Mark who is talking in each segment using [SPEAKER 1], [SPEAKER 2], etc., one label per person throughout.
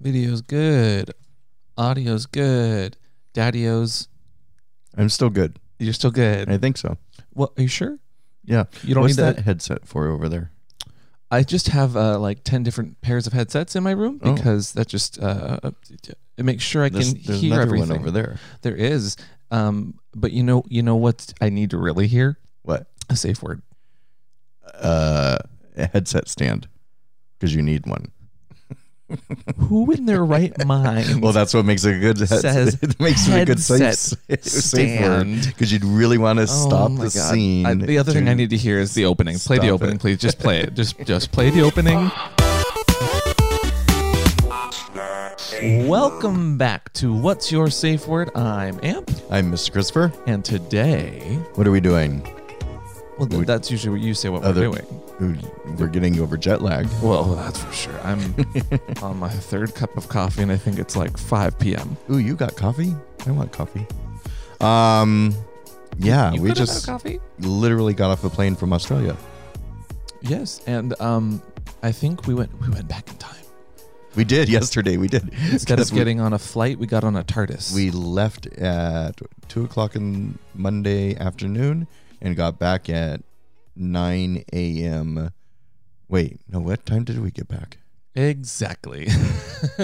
[SPEAKER 1] Video's good. Audio's good. Daddy-o's,
[SPEAKER 2] I'm still good.
[SPEAKER 1] you're still good.
[SPEAKER 2] I think so.
[SPEAKER 1] What? Are you sure?
[SPEAKER 2] Yeah.
[SPEAKER 1] You don't
[SPEAKER 2] What's
[SPEAKER 1] need
[SPEAKER 2] that
[SPEAKER 1] that.
[SPEAKER 2] headset for over there?
[SPEAKER 1] I just have uh, like ten different pairs of headsets in my room
[SPEAKER 2] Oh.
[SPEAKER 1] because that just uh, it makes sure I
[SPEAKER 2] There's,
[SPEAKER 1] can
[SPEAKER 2] there's
[SPEAKER 1] hear
[SPEAKER 2] another
[SPEAKER 1] everything.
[SPEAKER 2] one over there.
[SPEAKER 1] There is, um, but you know, you know what I need to really hear
[SPEAKER 2] What?
[SPEAKER 1] a safe word.
[SPEAKER 2] Uh, a headset stand because you need one.
[SPEAKER 1] Who in their right mind?
[SPEAKER 2] Well, that's what makes a good headset.
[SPEAKER 1] Says
[SPEAKER 2] it makes it a good safe,
[SPEAKER 1] headset
[SPEAKER 2] safe word
[SPEAKER 1] stand.
[SPEAKER 2] because you'd really want to
[SPEAKER 1] Oh
[SPEAKER 2] stop
[SPEAKER 1] my
[SPEAKER 2] the
[SPEAKER 1] God.
[SPEAKER 2] scene.
[SPEAKER 1] I- the other thing
[SPEAKER 2] to-
[SPEAKER 1] I need to hear is the opening. Play the
[SPEAKER 2] Stop
[SPEAKER 1] opening,
[SPEAKER 2] it.
[SPEAKER 1] please. Just play it. Just just play the opening. Welcome back to What's Your Safe Word? I'm Amp,
[SPEAKER 2] I'm Mr. Christopher.
[SPEAKER 1] and today,
[SPEAKER 2] What are we doing?
[SPEAKER 1] well, th-
[SPEAKER 2] We-
[SPEAKER 1] that's usually what you say what
[SPEAKER 2] Other-
[SPEAKER 1] we're doing.
[SPEAKER 2] We're getting over jet lag.
[SPEAKER 1] Well, that's for sure. I'm on my third cup of coffee, and I think it's like 5 p.m.
[SPEAKER 2] Ooh, you got coffee? I want coffee. Um, yeah,
[SPEAKER 1] You
[SPEAKER 2] we
[SPEAKER 1] could have had
[SPEAKER 2] just
[SPEAKER 1] coffee.
[SPEAKER 2] literally got off a plane from Australia.
[SPEAKER 1] Yes, and um, I think we went we went back in time.
[SPEAKER 2] We did yesterday. We did
[SPEAKER 1] Instead of
[SPEAKER 2] 'Cause we-
[SPEAKER 1] getting on a flight, we got on a TARDIS.
[SPEAKER 2] We left at two o'clock in Monday afternoon and got back at nine a.m. Wait, no, what time did we get back?
[SPEAKER 1] exactly.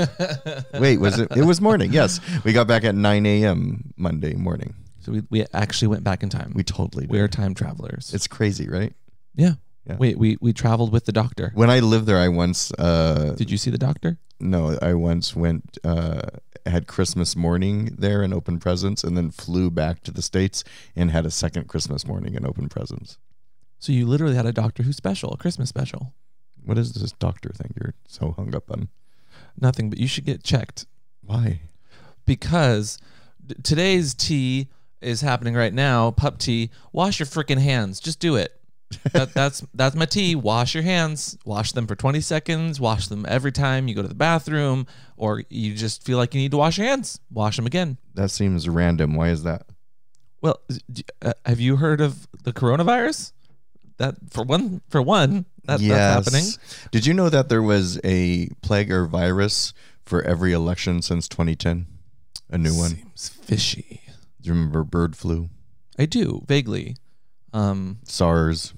[SPEAKER 2] Wait, was it? It was morning. Yes, we got back at nine a.m. Monday morning.
[SPEAKER 1] So we, we actually went back in time.
[SPEAKER 2] We totally
[SPEAKER 1] We
[SPEAKER 2] did.
[SPEAKER 1] are time travelers.
[SPEAKER 2] It's crazy, right?
[SPEAKER 1] yeah.
[SPEAKER 2] Yeah.
[SPEAKER 1] Wait, we we traveled with the doctor.
[SPEAKER 2] When I lived there, I once uh,
[SPEAKER 1] Did you see the doctor?
[SPEAKER 2] No, I once went uh, had Christmas morning there and opened presents, and then flew back to the states and had a second Christmas morning and opened presents.
[SPEAKER 1] So you literally had a doctor who's special, a Christmas special.
[SPEAKER 2] What is this doctor thing you're so hung up on?
[SPEAKER 1] Nothing, but you should get checked
[SPEAKER 2] Why?
[SPEAKER 1] because d- today's tea is happening right now. Pup tea. Wash your freaking hands. Just do it. That, that's that's my tea. Wash your hands. Wash them for 20 seconds. Wash them every time you go to the bathroom, or you just feel like you need to wash your hands. Wash them again.
[SPEAKER 2] That seems random. Why is that?
[SPEAKER 1] Well, is- d- uh, have you heard of the coronavirus? That for one, for one, that, that's happening.
[SPEAKER 2] Did you know that there was a plague or virus for every election since 2010? A new one.
[SPEAKER 1] Seems fishy.
[SPEAKER 2] Do you remember bird flu,
[SPEAKER 1] I do vaguely. Um,
[SPEAKER 2] SARS?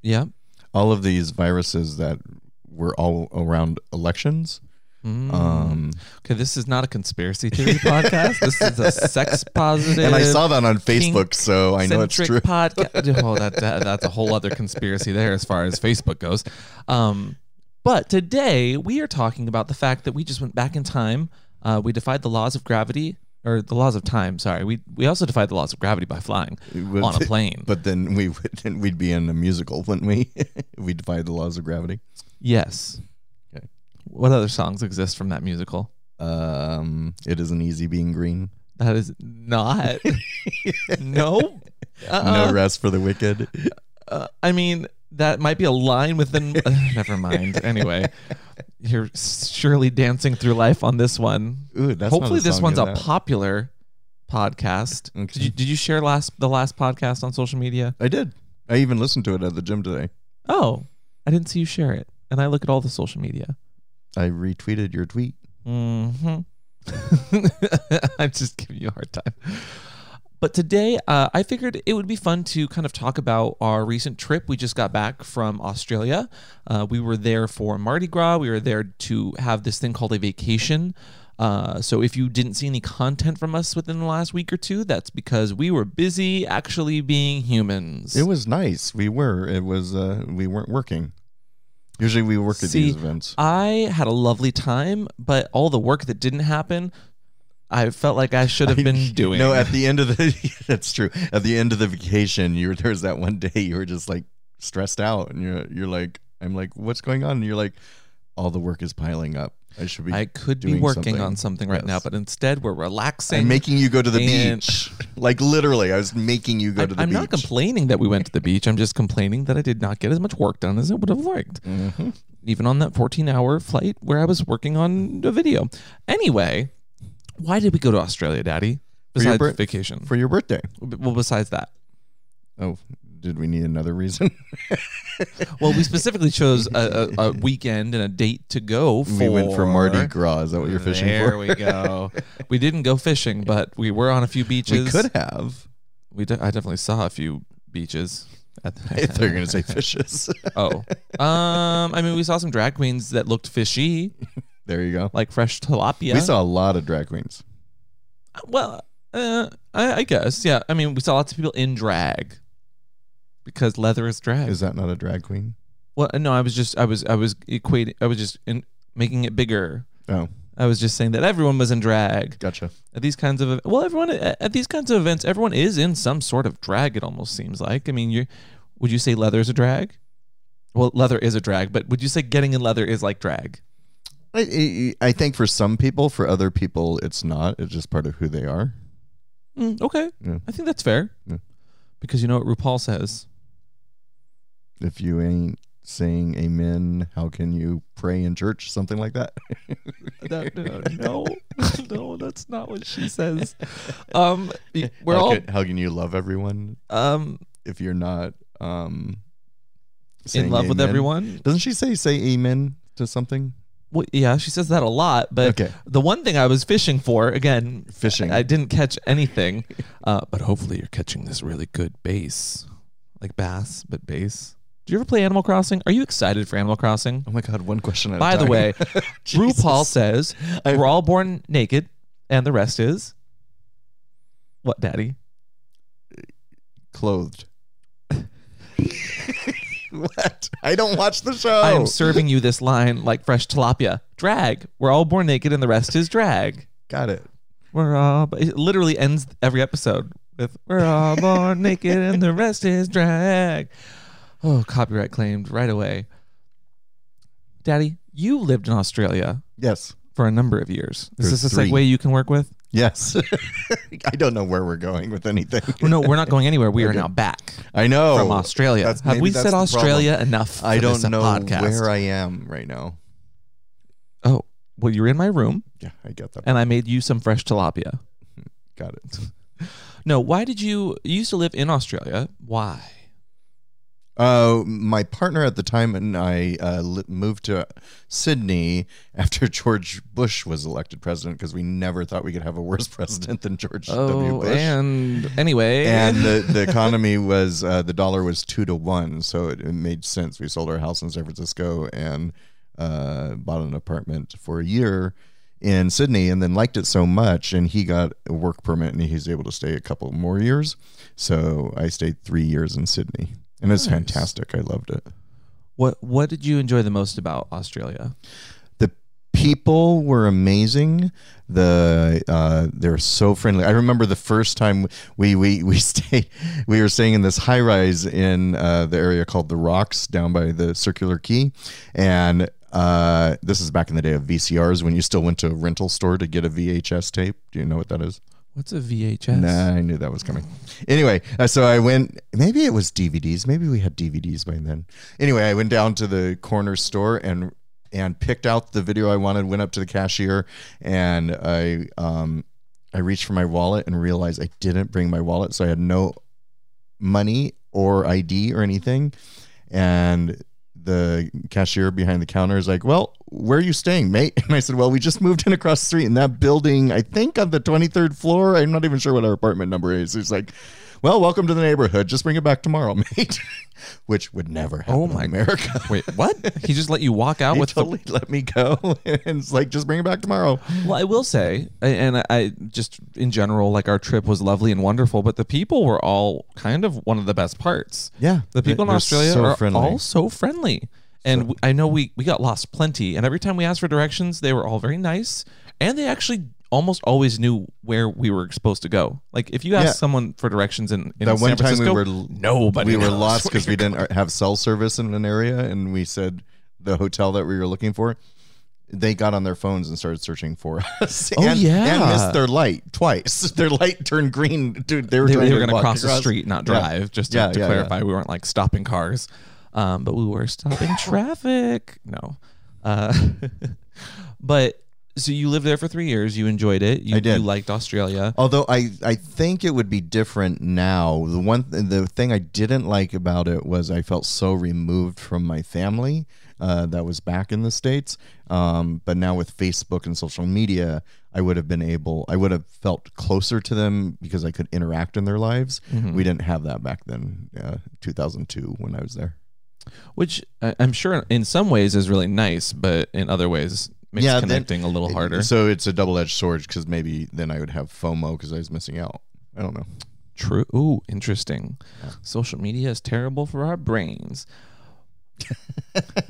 [SPEAKER 1] yeah.
[SPEAKER 2] All of these viruses that were all around elections.
[SPEAKER 1] Mm.
[SPEAKER 2] Um,
[SPEAKER 1] okay, this is not a conspiracy theory podcast. This is a sex positive.
[SPEAKER 2] and I saw that on
[SPEAKER 1] kink
[SPEAKER 2] Facebook, so I know it's
[SPEAKER 1] centric
[SPEAKER 2] true.
[SPEAKER 1] Podcast. Oh, that, that that's a whole other conspiracy there as far as Facebook goes. Um, but today we are talking about the fact that we just went back in time. Uh, we defied the laws of gravity or the laws of time. Sorry, we we also defied the laws of gravity by flying
[SPEAKER 2] would-
[SPEAKER 1] on a plane.
[SPEAKER 2] But then we would, then we'd be in a musical, wouldn't we? we defy the laws of gravity.
[SPEAKER 1] yes.
[SPEAKER 2] Okay.
[SPEAKER 1] What other songs exist from that musical?
[SPEAKER 2] Um, it isn't easy being green.
[SPEAKER 1] That is not. no. Uh-uh.
[SPEAKER 2] No rest for the wicked.
[SPEAKER 1] Uh, I mean, that might be a line within. uh, never mind. Anyway, you're surely dancing through life on this one.
[SPEAKER 2] Ooh, that's not
[SPEAKER 1] Hopefully,
[SPEAKER 2] a
[SPEAKER 1] this
[SPEAKER 2] song,
[SPEAKER 1] one's
[SPEAKER 2] is
[SPEAKER 1] a
[SPEAKER 2] that?
[SPEAKER 1] popular podcast. Did,
[SPEAKER 2] Okay.
[SPEAKER 1] you, did you share last the last podcast on social media?
[SPEAKER 2] I did. I even listened to it at the gym today.
[SPEAKER 1] Oh, I didn't see you share it, and I look at all the social media.
[SPEAKER 2] I retweeted your tweet.
[SPEAKER 1] hmm I'm just giving you a hard time. But today, uh, I figured it would be fun to kind of talk about our recent trip. We just got back from Australia. Uh, we were there for Mardi Gras. We were there to have this thing called a vacation. Uh, so if you didn't see any content from us within the last week or two, that's because we were busy actually being humans.
[SPEAKER 2] It was nice. We were. It was. Uh, we weren't working. Usually we work at
[SPEAKER 1] See,
[SPEAKER 2] these events.
[SPEAKER 1] I had a lovely time, but all the work that didn't happen, I felt like I should have been doing.
[SPEAKER 2] No, at the end of the that's true. At the end of the vacation, you were there was that one day you were just like stressed out, and you're you're like, I'm like, what's going on? And you're like, all the work is piling up. I should be.
[SPEAKER 1] I could be
[SPEAKER 2] doing
[SPEAKER 1] working
[SPEAKER 2] something.
[SPEAKER 1] on something right now,
[SPEAKER 2] Yes.
[SPEAKER 1] but instead we're relaxing.
[SPEAKER 2] I'm making you go to the
[SPEAKER 1] and-
[SPEAKER 2] beach. Like literally, I was making you go
[SPEAKER 1] I'm,
[SPEAKER 2] to the
[SPEAKER 1] I'm
[SPEAKER 2] beach.
[SPEAKER 1] not complaining that we went to the beach. I'm just complaining that I did not get as much work done as I would have liked,
[SPEAKER 2] Mhm.
[SPEAKER 1] even on that 14 hour flight where I was working on a video. Anyway, why did we go to Australia, Daddy?
[SPEAKER 2] For your
[SPEAKER 1] Besides
[SPEAKER 2] bir-
[SPEAKER 1] vacation.
[SPEAKER 2] for your birthday.
[SPEAKER 1] well, besides that,
[SPEAKER 2] Oh, Did we need another reason?
[SPEAKER 1] Well, we specifically chose a, a, a weekend and a date to go for.
[SPEAKER 2] we went for Mardi Gras. Is that what you're fishing
[SPEAKER 1] there
[SPEAKER 2] for?
[SPEAKER 1] we go. We didn't go fishing, but we were on a few beaches.
[SPEAKER 2] we could have.
[SPEAKER 1] We de- I definitely saw a few beaches. At the-
[SPEAKER 2] If they're gonna say fishes,
[SPEAKER 1] oh, um, I mean, we saw some drag queens that looked fishy,
[SPEAKER 2] there you go.
[SPEAKER 1] like fresh tilapia.
[SPEAKER 2] We saw a lot of drag queens.
[SPEAKER 1] Well, uh, I, I guess, yeah. I mean, we saw lots of people in drag because leather is drag.
[SPEAKER 2] Is that not a drag queen?
[SPEAKER 1] well, no, I was just, I was, I was equating, I was just in, making it bigger.
[SPEAKER 2] Oh,
[SPEAKER 1] I was just saying that everyone was in drag
[SPEAKER 2] gotcha.
[SPEAKER 1] at these kinds of e, well, everyone at at these kinds of events, everyone is in some sort of drag. It almost seems like. I mean, you would you say leather is a drag? Well, leather is a drag, but would you say getting in leather is like drag?
[SPEAKER 2] I, I I think for some people, for other people, it's not. It's just part of who they are.
[SPEAKER 1] Mm, okay,
[SPEAKER 2] Yeah.
[SPEAKER 1] I think that's fair
[SPEAKER 2] Yeah.
[SPEAKER 1] because you know what RuPaul says.
[SPEAKER 2] If you ain't saying amen, how can you pray in church? Something like that.
[SPEAKER 1] No, no, no, no, that's not what she says. Um, y- we're
[SPEAKER 2] how,
[SPEAKER 1] all
[SPEAKER 2] can, how can you love everyone
[SPEAKER 1] um
[SPEAKER 2] if you're not um
[SPEAKER 1] in
[SPEAKER 2] saying
[SPEAKER 1] love with
[SPEAKER 2] amen?
[SPEAKER 1] everyone.
[SPEAKER 2] Doesn't she say say amen to something?
[SPEAKER 1] Well, yeah, she says that a lot, but
[SPEAKER 2] Okay.
[SPEAKER 1] the one thing I was fishing for again,
[SPEAKER 2] Fishing.
[SPEAKER 1] I didn't catch anything, uh, but hopefully you're catching this really good bass, like bass, but bass. Do you ever play Animal Crossing? Are you excited for Animal Crossing?
[SPEAKER 2] oh my god, one question at a
[SPEAKER 1] By the
[SPEAKER 2] time.
[SPEAKER 1] way,
[SPEAKER 2] Jesus.
[SPEAKER 1] RuPaul says
[SPEAKER 2] I-
[SPEAKER 1] we're all born naked, and the rest is what, Daddy?
[SPEAKER 2] clothed. what? I don't watch the show.
[SPEAKER 1] I am serving you this line like fresh tilapia. Drag. We're all born naked, and the rest is drag.
[SPEAKER 2] Got it.
[SPEAKER 1] We're all. But it literally ends every episode with "We're all born naked and the rest is drag." Oh, copyright claimed right away. Daddy, you lived in Australia
[SPEAKER 2] Yes.
[SPEAKER 1] for a number of years. Is
[SPEAKER 2] For
[SPEAKER 1] this a
[SPEAKER 2] three.
[SPEAKER 1] segue you can work with?
[SPEAKER 2] Yes. I don't know where we're going with anything.
[SPEAKER 1] Well, no, we're not going anywhere. We are now back
[SPEAKER 2] I know.
[SPEAKER 1] from Australia.
[SPEAKER 2] Oh, that's-
[SPEAKER 1] Have
[SPEAKER 2] maybe
[SPEAKER 1] we
[SPEAKER 2] that's
[SPEAKER 1] said
[SPEAKER 2] the
[SPEAKER 1] Australia enough?
[SPEAKER 2] I
[SPEAKER 1] for
[SPEAKER 2] don't
[SPEAKER 1] this
[SPEAKER 2] know
[SPEAKER 1] podcast?
[SPEAKER 2] where I am right now.
[SPEAKER 1] oh, well, you're in my room,
[SPEAKER 2] Yeah, I get that.
[SPEAKER 1] and I made you some fresh tilapia.
[SPEAKER 2] Got it.
[SPEAKER 1] No, why did you? You used to live in Australia. Why?
[SPEAKER 2] Uh, my partner at the time and I uh, li- moved to Sydney after George Bush was elected president because we never thought we could have a worse president than George W.
[SPEAKER 1] Oh,
[SPEAKER 2] Bush.
[SPEAKER 1] and anyway,
[SPEAKER 2] and the, the economy was uh, the dollar was two to one, so it, it made sense. We sold our house in San Francisco and uh, bought an apartment for a year in Sydney, and then liked it so much, and he got a work permit, and he's able to stay a couple more years. So I stayed three years in Sydney, and it's
[SPEAKER 1] Nice.
[SPEAKER 2] fantastic. I loved it.
[SPEAKER 1] What What did you enjoy the most about Australia?
[SPEAKER 2] the people were amazing the uh they were so friendly i remember the first time we we we stayed we were staying in this high rise in uh the area called the rocks down by the circular key and uh this is back in the day of vcrs when you still went to a rental store to get a vhs tape do you know what that is
[SPEAKER 1] What's a VHS?
[SPEAKER 2] Nah, I knew that was coming. Anyway, uh, so I went. Maybe it was DVDs. Maybe we had DVDs by then. Anyway, I went down to the corner store and and picked out the video I wanted. Went up to the cashier and I um I reached for my wallet and realized I didn't bring my wallet, so I had no money or ID or anything. And the cashier behind the counter is like, Well, where are you staying, mate? And I said, Well, we just moved in across the street in that building, I think on the 23rd floor. I'm not even sure what our apartment number is. He's like, Well, welcome to the neighborhood. Just bring it back tomorrow, mate. Which would never happen
[SPEAKER 1] Oh
[SPEAKER 2] in
[SPEAKER 1] my-
[SPEAKER 2] America.
[SPEAKER 1] Wait, what? he just let you walk out
[SPEAKER 2] He
[SPEAKER 1] with
[SPEAKER 2] totally let me go. and it's like, just bring it back tomorrow.
[SPEAKER 1] the. Well, I will say, I- and I, I just in general, like our trip was lovely and wonderful, but the people were all kind of one of the best parts.
[SPEAKER 2] Yeah.
[SPEAKER 1] The people in
[SPEAKER 2] They're
[SPEAKER 1] Australia
[SPEAKER 2] so
[SPEAKER 1] are
[SPEAKER 2] friendly.
[SPEAKER 1] all so friendly. And w I I know we, we got lost plenty. And every time we asked for directions, they were all very nice. And they actually almost always knew where we were supposed to go. Like if you ask
[SPEAKER 2] Yeah.
[SPEAKER 1] someone for directions in, in
[SPEAKER 2] that
[SPEAKER 1] San
[SPEAKER 2] one time we
[SPEAKER 1] Francisco,
[SPEAKER 2] were
[SPEAKER 1] nobody
[SPEAKER 2] we were
[SPEAKER 1] knows
[SPEAKER 2] lost
[SPEAKER 1] where
[SPEAKER 2] because we
[SPEAKER 1] you're
[SPEAKER 2] didn't have cell service in an area and we said the hotel that we were looking for they got on their phones and started searching for us
[SPEAKER 1] Oh,
[SPEAKER 2] and,
[SPEAKER 1] yeah.
[SPEAKER 2] and missed their light twice their light turned green dude they were,
[SPEAKER 1] they,
[SPEAKER 2] trying
[SPEAKER 1] they were
[SPEAKER 2] to
[SPEAKER 1] going to
[SPEAKER 2] walk
[SPEAKER 1] cross the
[SPEAKER 2] across.
[SPEAKER 1] street, not
[SPEAKER 2] Yeah.
[SPEAKER 1] drive. Just to,
[SPEAKER 2] Yeah,
[SPEAKER 1] to
[SPEAKER 2] yeah, yeah.
[SPEAKER 1] clarify, we weren't like stopping cars, um, but we were stopping traffic. No, uh, but so you lived there for three years. You enjoyed it. You,
[SPEAKER 2] I did.
[SPEAKER 1] You liked Australia.
[SPEAKER 2] Although I, I think it would be different now. The one the thing I didn't like about it was I felt so removed from my family uh, that was back in the states. Um, but now with Facebook and social media, I would have been able I would have felt closer to them because I could interact in their lives.
[SPEAKER 1] Mm-hmm.
[SPEAKER 2] We didn't have that back then, uh, 2002 when I was there.
[SPEAKER 1] which I- I'm sure in some ways is really nice, but in other ways makes
[SPEAKER 2] Yeah, then-
[SPEAKER 1] connecting a little harder.
[SPEAKER 2] So it's a double edged sword because maybe then I would have FOMO because I was missing out. I don't know.
[SPEAKER 1] True. Ooh, interesting. Social media is terrible for our brains.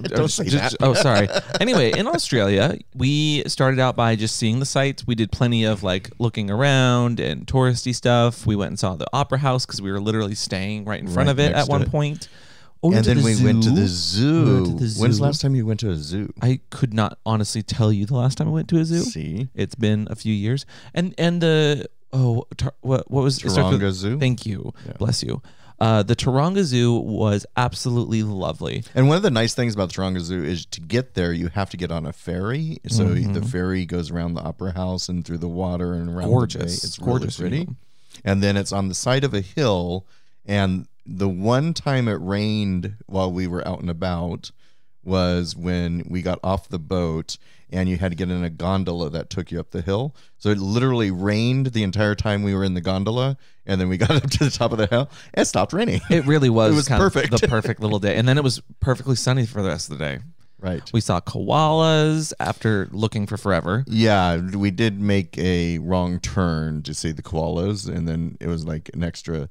[SPEAKER 2] Don't say that.
[SPEAKER 1] Oh, sorry. Anyway, in Australia, we started out by just seeing the sights. We did plenty of like looking around and touristy stuff. We went and saw the opera house because we were literally staying right in front
[SPEAKER 2] Right
[SPEAKER 1] of it
[SPEAKER 2] next
[SPEAKER 1] at
[SPEAKER 2] to
[SPEAKER 1] one
[SPEAKER 2] it.
[SPEAKER 1] point. Oh,
[SPEAKER 2] and then we went to the
[SPEAKER 1] We
[SPEAKER 2] zoo.
[SPEAKER 1] went to the
[SPEAKER 2] When's the
[SPEAKER 1] zoo.
[SPEAKER 2] last time you went to a zoo?
[SPEAKER 1] I could not honestly tell you the last time I went to a zoo.
[SPEAKER 2] See,
[SPEAKER 1] It's been a few years, and and the oh tar, what what was it starts with-
[SPEAKER 2] Taronga Zoo.
[SPEAKER 1] Thank you, bless you. Uh, the Taronga Zoo was absolutely lovely.
[SPEAKER 2] And one of the nice things about the Taronga Zoo is to get there, you have to get on a ferry. So
[SPEAKER 1] Mm-hmm.
[SPEAKER 2] the ferry goes around the opera house and through the water and around the bay.
[SPEAKER 1] Gorgeous.
[SPEAKER 2] It's
[SPEAKER 1] Gorgeous
[SPEAKER 2] really pretty.
[SPEAKER 1] view.
[SPEAKER 2] And then it's on the side of a hill. And the one time it rained while we were out and about was when we got off the boat and you had to get in a gondola that took you up the hill. So it literally rained the entire time we were in the gondola. And then we got up to the top of the hill. It stopped raining.
[SPEAKER 1] It really was.
[SPEAKER 2] was
[SPEAKER 1] kind of
[SPEAKER 2] perfect.
[SPEAKER 1] the perfect little day, and then it was perfectly sunny for the rest of the day.
[SPEAKER 2] right.
[SPEAKER 1] We saw koalas after looking for forever.
[SPEAKER 2] Yeah, we did make a wrong turn to see the koalas, and then it was like an extra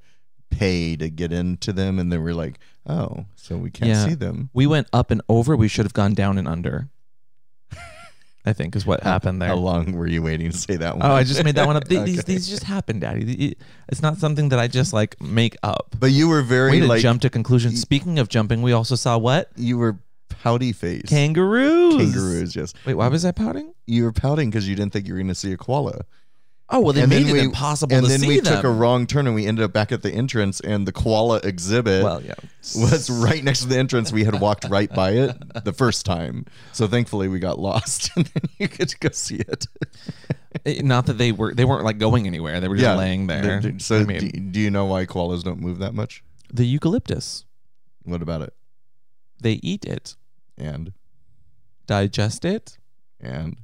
[SPEAKER 2] pay to get into them, and then we're like, oh, so we can't
[SPEAKER 1] Yeah.
[SPEAKER 2] see them.
[SPEAKER 1] We went up and over. We should have gone down and under. I think is what happened there.
[SPEAKER 2] How long were you waiting to say that one?
[SPEAKER 1] Oh, I just made that one up. Th- These these just happen, Daddy. It's not something that I just like make up.
[SPEAKER 2] but you were
[SPEAKER 1] We
[SPEAKER 2] very
[SPEAKER 1] didn't
[SPEAKER 2] like
[SPEAKER 1] jump to conclusions. Speaking of jumping, we also saw what
[SPEAKER 2] you were pouty faced.
[SPEAKER 1] kangaroos.
[SPEAKER 2] Kangaroos, yes.
[SPEAKER 1] Wait, why was I pouting?
[SPEAKER 2] You were pouting because you didn't think you were going to see a koala.
[SPEAKER 1] Oh well, they
[SPEAKER 2] and
[SPEAKER 1] made
[SPEAKER 2] then
[SPEAKER 1] it
[SPEAKER 2] we,
[SPEAKER 1] impossible
[SPEAKER 2] And
[SPEAKER 1] to
[SPEAKER 2] then
[SPEAKER 1] see
[SPEAKER 2] we
[SPEAKER 1] them.
[SPEAKER 2] took a wrong turn, and we ended up back at the entrance, and the koala exhibit.
[SPEAKER 1] well, yeah.
[SPEAKER 2] was right next to the entrance. We had walked right by it the first time. So thankfully we got lost and then you get to go see it.
[SPEAKER 1] It- Not that they were they weren't like going anywhere. They were just laying there.
[SPEAKER 2] D- d- So
[SPEAKER 1] I mean,
[SPEAKER 2] do, do you know why koalas don't move that much?
[SPEAKER 1] the eucalyptus.
[SPEAKER 2] What about it?
[SPEAKER 1] They eat it,
[SPEAKER 2] And
[SPEAKER 1] digest it,
[SPEAKER 2] and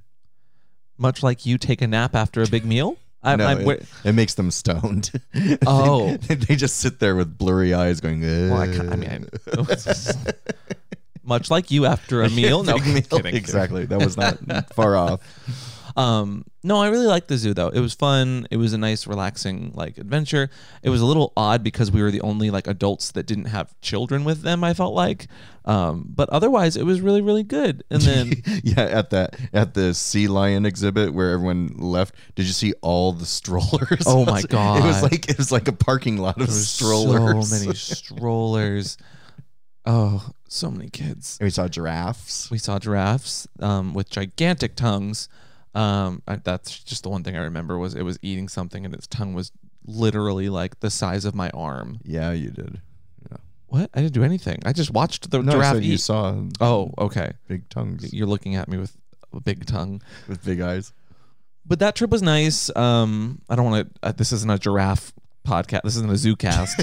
[SPEAKER 1] much like you take a nap after a big meal. I,
[SPEAKER 2] no,
[SPEAKER 1] I-
[SPEAKER 2] it,
[SPEAKER 1] we're-
[SPEAKER 2] it makes them stoned. They-
[SPEAKER 1] Oh.
[SPEAKER 2] they, just sit there with blurry eyes going.
[SPEAKER 1] well, I, can't, I mean, I- much like you after a meal. No,
[SPEAKER 2] Big meal.
[SPEAKER 1] kidding.
[SPEAKER 2] exactly. That was not far off.
[SPEAKER 1] Um, no, I really liked the zoo though. It was fun. It was a nice, relaxing like adventure. It was a little odd because we were the only like adults that didn't have children with them. I felt like, um, but otherwise it was really, really good. And then
[SPEAKER 2] yeah, at that at the sea lion exhibit where everyone left, did you see all the strollers?
[SPEAKER 1] Oh my
[SPEAKER 2] It was
[SPEAKER 1] God.
[SPEAKER 2] like it was like a parking lot
[SPEAKER 1] there
[SPEAKER 2] of
[SPEAKER 1] was
[SPEAKER 2] strollers.
[SPEAKER 1] so many strollers. Oh, so many kids.
[SPEAKER 2] we saw giraffes.
[SPEAKER 1] We saw giraffes um, with gigantic tongues. Um, I, that's just the one thing I remember was it was eating something and its tongue was literally like the size of my arm.
[SPEAKER 2] Yeah, you did. Yeah.
[SPEAKER 1] What? I didn't do anything. I just watched the
[SPEAKER 2] No,
[SPEAKER 1] giraffe
[SPEAKER 2] so you
[SPEAKER 1] eat.
[SPEAKER 2] saw
[SPEAKER 1] Oh, okay.
[SPEAKER 2] big tongues
[SPEAKER 1] You're looking at me with a big tongue.
[SPEAKER 2] with big eyes.
[SPEAKER 1] But that trip was nice. Um, I don't want to. Uh, this isn't a giraffe podcast. This isn't a zoo cast.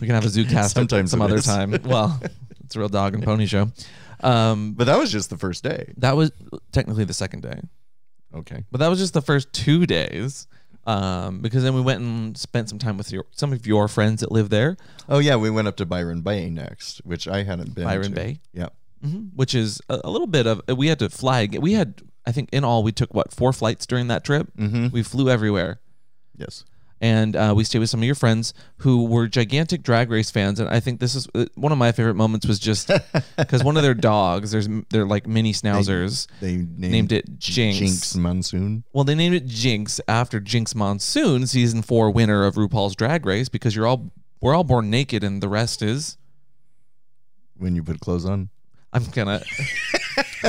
[SPEAKER 1] we can have a zoo cast
[SPEAKER 2] Sometimes
[SPEAKER 1] some
[SPEAKER 2] it
[SPEAKER 1] other
[SPEAKER 2] is.
[SPEAKER 1] time. Well, it's a real dog and pony show. Um,
[SPEAKER 2] But that was just the first day.
[SPEAKER 1] that was technically the second day,
[SPEAKER 2] Okay.
[SPEAKER 1] but that was just the first two days. Um, because then we went and spent some time with your, some of your friends that live there,
[SPEAKER 2] Oh yeah, we went up to Byron Bay next, which I hadn't been.
[SPEAKER 1] Byron
[SPEAKER 2] to.
[SPEAKER 1] Bay.
[SPEAKER 2] Yeah.
[SPEAKER 1] Mhm.
[SPEAKER 2] Mm-hmm.
[SPEAKER 1] which is a, a little bit of uh, we had to fly ag- we had i think in all we took what four flights during that trip
[SPEAKER 2] Mm-hmm.
[SPEAKER 1] we flew everywhere
[SPEAKER 2] Yes.
[SPEAKER 1] and uh, we stayed with some of your friends who were gigantic drag race fans and i think this is uh, one of my favorite moments was just because one of their dogs there's m- they're like mini schnauzers
[SPEAKER 2] They named,
[SPEAKER 1] named it jinx.
[SPEAKER 2] Jinx Monsoon.
[SPEAKER 1] well they named it jinx after jinx monsoon season four winner of rupaul's drag race because you're all we're all born naked and the rest is
[SPEAKER 2] When you put clothes on.
[SPEAKER 1] I'm gonna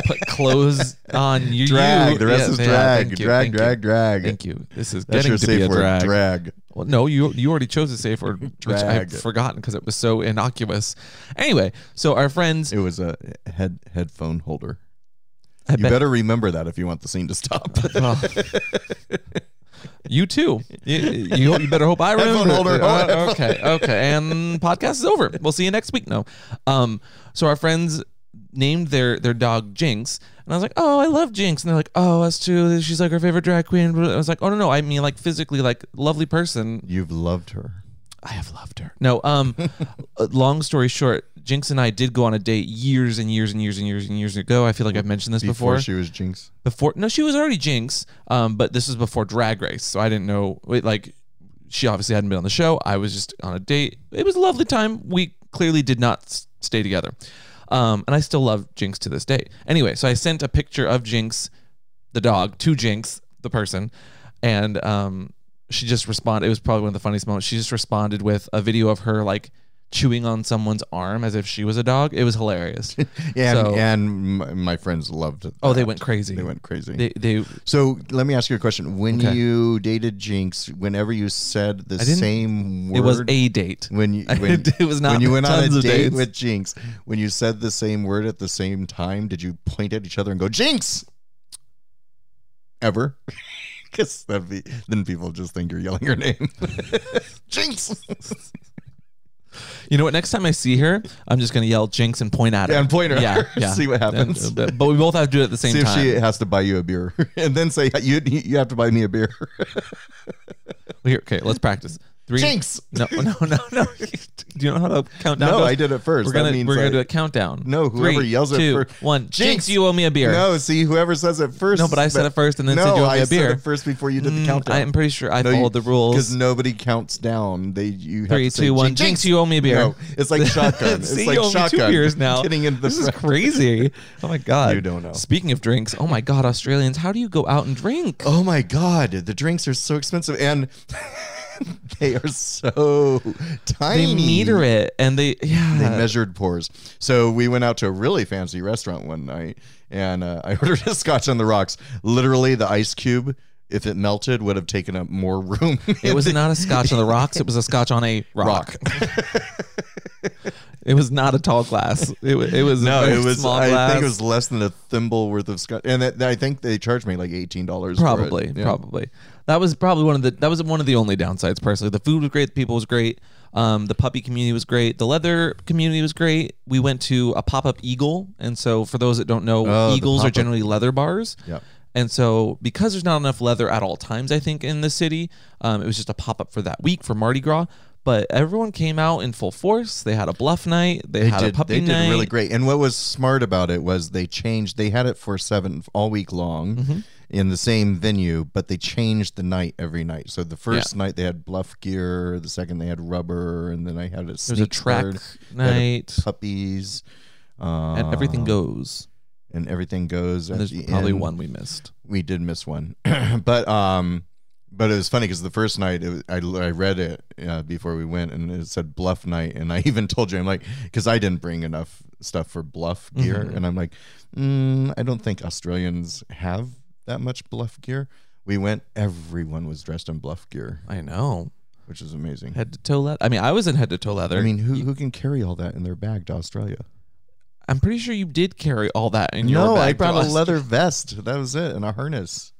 [SPEAKER 1] put clothes on you.
[SPEAKER 2] Drag. The rest
[SPEAKER 1] Yeah,
[SPEAKER 2] is
[SPEAKER 1] yeah,
[SPEAKER 2] drag.
[SPEAKER 1] thank you,
[SPEAKER 2] drag,
[SPEAKER 1] thank you,
[SPEAKER 2] drag, drag.
[SPEAKER 1] Thank you. This is
[SPEAKER 2] That's
[SPEAKER 1] getting
[SPEAKER 2] your
[SPEAKER 1] to be a
[SPEAKER 2] safe word.
[SPEAKER 1] drag.
[SPEAKER 2] Drag.
[SPEAKER 1] Well, no, you you already chose the safe word, which I've
[SPEAKER 2] Drag.
[SPEAKER 1] forgotten because it was so innocuous. Anyway, so our friends,
[SPEAKER 2] It was a head headphone holder.
[SPEAKER 1] I
[SPEAKER 2] you
[SPEAKER 1] bet-
[SPEAKER 2] better remember that if you want the scene to stop.
[SPEAKER 1] Well, you too. You, you, you better hope I
[SPEAKER 2] Headphone
[SPEAKER 1] remember.
[SPEAKER 2] holder.
[SPEAKER 1] Uh, okay, okay. And podcast is over. We'll see you next week. No. Um. So our friends named their their dog Jinx, and I was like, oh, I love Jinx, and they're like, oh, us too. She's like our favorite drag queen. I was like, oh no, no. I mean, like physically, like lovely person.
[SPEAKER 2] You've loved her.
[SPEAKER 1] I have loved her. No. Um. uh, long story short. Jinx and I did go on a date years and years and years and years and years ago. I feel like I've mentioned this
[SPEAKER 2] Before
[SPEAKER 1] before
[SPEAKER 2] she was Jinx.
[SPEAKER 1] before no she was already jinx um but this was before drag race so i didn't know wait, like she obviously hadn't been on the show i was just on a date it was a lovely time we clearly did not s- stay together um and i still love jinx to this day anyway so i sent a picture of jinx the dog to jinx the person and um she just responded it was probably one of the funniest moments she just responded with a video of her like chewing on someone's arm as if she was a dog it was hilarious
[SPEAKER 2] Yeah,
[SPEAKER 1] So-
[SPEAKER 2] and, and my, my friends loved it.
[SPEAKER 1] oh they went crazy
[SPEAKER 2] They went crazy.
[SPEAKER 1] they, they
[SPEAKER 2] so let me ask you a question. When
[SPEAKER 1] Okay.
[SPEAKER 2] you dated Jinx, whenever you said the
[SPEAKER 1] didn't-
[SPEAKER 2] same word,
[SPEAKER 1] it was a date
[SPEAKER 2] when you
[SPEAKER 1] I
[SPEAKER 2] when,
[SPEAKER 1] did- it was not
[SPEAKER 2] when you went on
[SPEAKER 1] tons
[SPEAKER 2] a
[SPEAKER 1] of
[SPEAKER 2] date
[SPEAKER 1] dates.
[SPEAKER 2] with Jinx, when you said the same word at the same time, did you point at each other and go Jinx? Ever? Because that'd be then people just think you're yelling her name. Jinx.
[SPEAKER 1] You know what? Next time I see her, I'm just gonna yell Jinx and point at her.
[SPEAKER 2] Yeah, and point her.
[SPEAKER 1] Yeah,
[SPEAKER 2] Yeah,
[SPEAKER 1] yeah.
[SPEAKER 2] See what happens.
[SPEAKER 1] And- uh, but, but we both have to do it at the same
[SPEAKER 2] See if
[SPEAKER 1] time.
[SPEAKER 2] she has to buy you a beer, and then say you you have to buy me a beer.
[SPEAKER 1] Here, okay, let's practice. Three.
[SPEAKER 2] Jinx.
[SPEAKER 1] No, no, no, no. do you know how to count down?
[SPEAKER 2] No,
[SPEAKER 1] goes?
[SPEAKER 2] I did it first.
[SPEAKER 1] We're gonna
[SPEAKER 2] that means
[SPEAKER 1] we're
[SPEAKER 2] I-
[SPEAKER 1] gonna do a countdown.
[SPEAKER 2] No, whoever
[SPEAKER 1] Three,
[SPEAKER 2] yells it
[SPEAKER 1] two,
[SPEAKER 2] fir-
[SPEAKER 1] one. Jinx,
[SPEAKER 2] Jinx.
[SPEAKER 1] you owe me a beer.
[SPEAKER 2] No, see whoever says it first.
[SPEAKER 1] No, but I said it first and then said you owe
[SPEAKER 2] I
[SPEAKER 1] me a
[SPEAKER 2] said
[SPEAKER 1] beer.
[SPEAKER 2] it first before you did the
[SPEAKER 1] Mm,
[SPEAKER 2] countdown.
[SPEAKER 1] I'm pretty sure I followed the
[SPEAKER 2] because
[SPEAKER 1] rules.
[SPEAKER 2] nobody counts down. They you
[SPEAKER 1] Three,
[SPEAKER 2] have to say,
[SPEAKER 1] two, one.
[SPEAKER 2] "Jinx,
[SPEAKER 1] Jinx, you owe me a beer.
[SPEAKER 2] No, it's like shotgun.
[SPEAKER 1] See,
[SPEAKER 2] it's
[SPEAKER 1] you
[SPEAKER 2] like
[SPEAKER 1] owe me
[SPEAKER 2] shotgun.
[SPEAKER 1] Two beers now.
[SPEAKER 2] Getting into the
[SPEAKER 1] this is
[SPEAKER 2] front.
[SPEAKER 1] crazy. Oh my god.
[SPEAKER 2] You don't know.
[SPEAKER 1] Speaking of drinks, oh my god, Australians, how do you go out and drink?
[SPEAKER 2] Oh my god, the drinks are so expensive and they are so tiny.
[SPEAKER 1] they meter it and they yeah
[SPEAKER 2] They measured pours. So we went out to a really fancy restaurant one night, and uh, I ordered a scotch on the rocks. Literally, the ice cube, if it melted, would have taken up more room.
[SPEAKER 1] It was not a scotch on the rocks. It was a scotch on a rock. it was not a tall glass. It, wa- it was
[SPEAKER 2] No,
[SPEAKER 1] a very
[SPEAKER 2] Oh, it was.
[SPEAKER 1] small
[SPEAKER 2] I
[SPEAKER 1] glass.
[SPEAKER 2] think it was less than a thimble worth of scotch, and that, that- I think they charged me like eighteen dollars.
[SPEAKER 1] probably probably that was probably one of the that was one of the only downsides personally. The food was great. The people was great. Um, the puppy community was great. The leather community was great. We went to a pop up eagle, and so for those that don't know,
[SPEAKER 2] Oh, the
[SPEAKER 1] eagles are
[SPEAKER 2] pop-up.
[SPEAKER 1] generally leather bars.
[SPEAKER 2] Yeah.
[SPEAKER 1] And so, because there's not enough leather at all times, I think in the city, um, it was just a pop up for that week for Mardi Gras. But everyone came out in full force. They had a bluff night. They,
[SPEAKER 2] They
[SPEAKER 1] had a
[SPEAKER 2] did.
[SPEAKER 1] puppy
[SPEAKER 2] They
[SPEAKER 1] night.
[SPEAKER 2] did really great. And what was smart about it was they changed. They had it for seven all week long,
[SPEAKER 1] Mm-hmm.
[SPEAKER 2] in the same venue, but they changed the night every night. So the first night they had bluff gear. The second they had rubber, and then I had a
[SPEAKER 1] There was a
[SPEAKER 2] snake
[SPEAKER 1] track
[SPEAKER 2] bird, they had a
[SPEAKER 1] night,
[SPEAKER 2] puppies, uh,
[SPEAKER 1] and everything goes.
[SPEAKER 2] and everything goes.
[SPEAKER 1] And
[SPEAKER 2] at
[SPEAKER 1] there's
[SPEAKER 2] the
[SPEAKER 1] probably
[SPEAKER 2] end.
[SPEAKER 1] one we missed.
[SPEAKER 2] we did miss one, but um, but it was funny because the first night it was, I I read it uh, before we went and it said bluff night, and I even told you I'm like because I didn't bring enough stuff for bluff
[SPEAKER 1] Mm-hmm.
[SPEAKER 2] gear, and I'm like, mm, I don't think Australians have that much bluff gear. We went, everyone was dressed in bluff gear,
[SPEAKER 1] I know.
[SPEAKER 2] which is amazing.
[SPEAKER 1] Head to toe leather. I mean, I was in head to toe leather.
[SPEAKER 2] I mean, who who can carry all that in their bag to Australia?
[SPEAKER 1] I'm pretty sure you did carry all that in your
[SPEAKER 2] No,
[SPEAKER 1] bag
[SPEAKER 2] I
[SPEAKER 1] to
[SPEAKER 2] brought a
[SPEAKER 1] us.
[SPEAKER 2] leather vest. That was it, and a harness.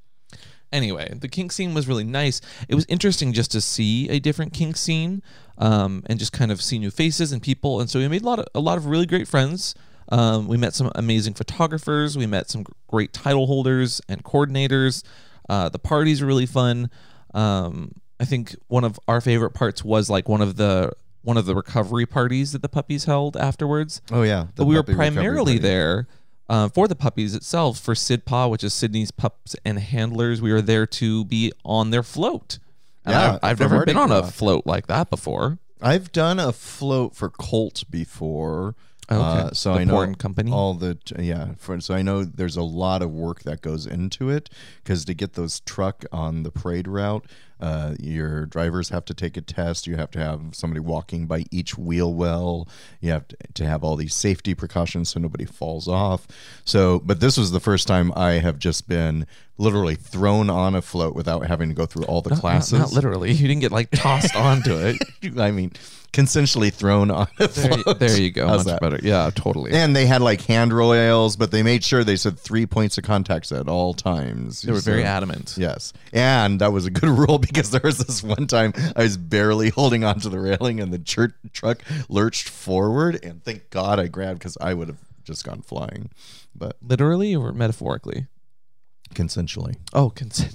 [SPEAKER 1] Anyway, the kink scene was really nice. It was interesting just to see a different kink scene, um, and just kind of see new faces and people. And so we made a lot of a lot of really great friends. Um, we met some amazing photographers. We met some gr- great title holders and coordinators. Uh, the parties were really fun. Um, I think one of our favorite parts was like one of the one of the recovery parties that the puppies held afterwards.
[SPEAKER 2] Oh yeah,
[SPEAKER 1] but we were primarily there uh, for the puppies itself for SIDPA, which is Sydney's Pups and Handlers. We were there to be on their float. And
[SPEAKER 2] Yeah,
[SPEAKER 1] I've, I've
[SPEAKER 2] for
[SPEAKER 1] never
[SPEAKER 2] Mardi
[SPEAKER 1] been on a
[SPEAKER 2] Gras.
[SPEAKER 1] float like that before.
[SPEAKER 2] I've done a float for Colt before.
[SPEAKER 1] Oh, okay.
[SPEAKER 2] Uh, so
[SPEAKER 1] The
[SPEAKER 2] I know
[SPEAKER 1] porn company?
[SPEAKER 2] all the t- yeah. For, so I know there's a lot of work that goes into it because to get those truck on the parade route, Uh, your drivers have to take a test. You have to have somebody walking by each wheel well. You have to, to have all these safety precautions so nobody falls off. So, but this was the first time I have just been literally thrown on a float without having to go through all the
[SPEAKER 1] Not- not-
[SPEAKER 2] classes.
[SPEAKER 1] Not, literally. You didn't get like tossed onto it.
[SPEAKER 2] I mean, consensually thrown on a
[SPEAKER 1] There,
[SPEAKER 2] float.
[SPEAKER 1] there you go.
[SPEAKER 2] How's
[SPEAKER 1] Much
[SPEAKER 2] that?
[SPEAKER 1] better. Yeah, totally.
[SPEAKER 2] And they had like handrails, but they made sure they said three points of contacts at all times.
[SPEAKER 1] they were very
[SPEAKER 2] So-
[SPEAKER 1] adamant.
[SPEAKER 2] Yes. And that was a good rule because there was this one time I was barely holding onto the railing and the chur- truck lurched forward. And thank God I grabbed because I would have just gone flying, but
[SPEAKER 1] Literally or metaphorically?
[SPEAKER 2] consensually.
[SPEAKER 1] Oh, consent.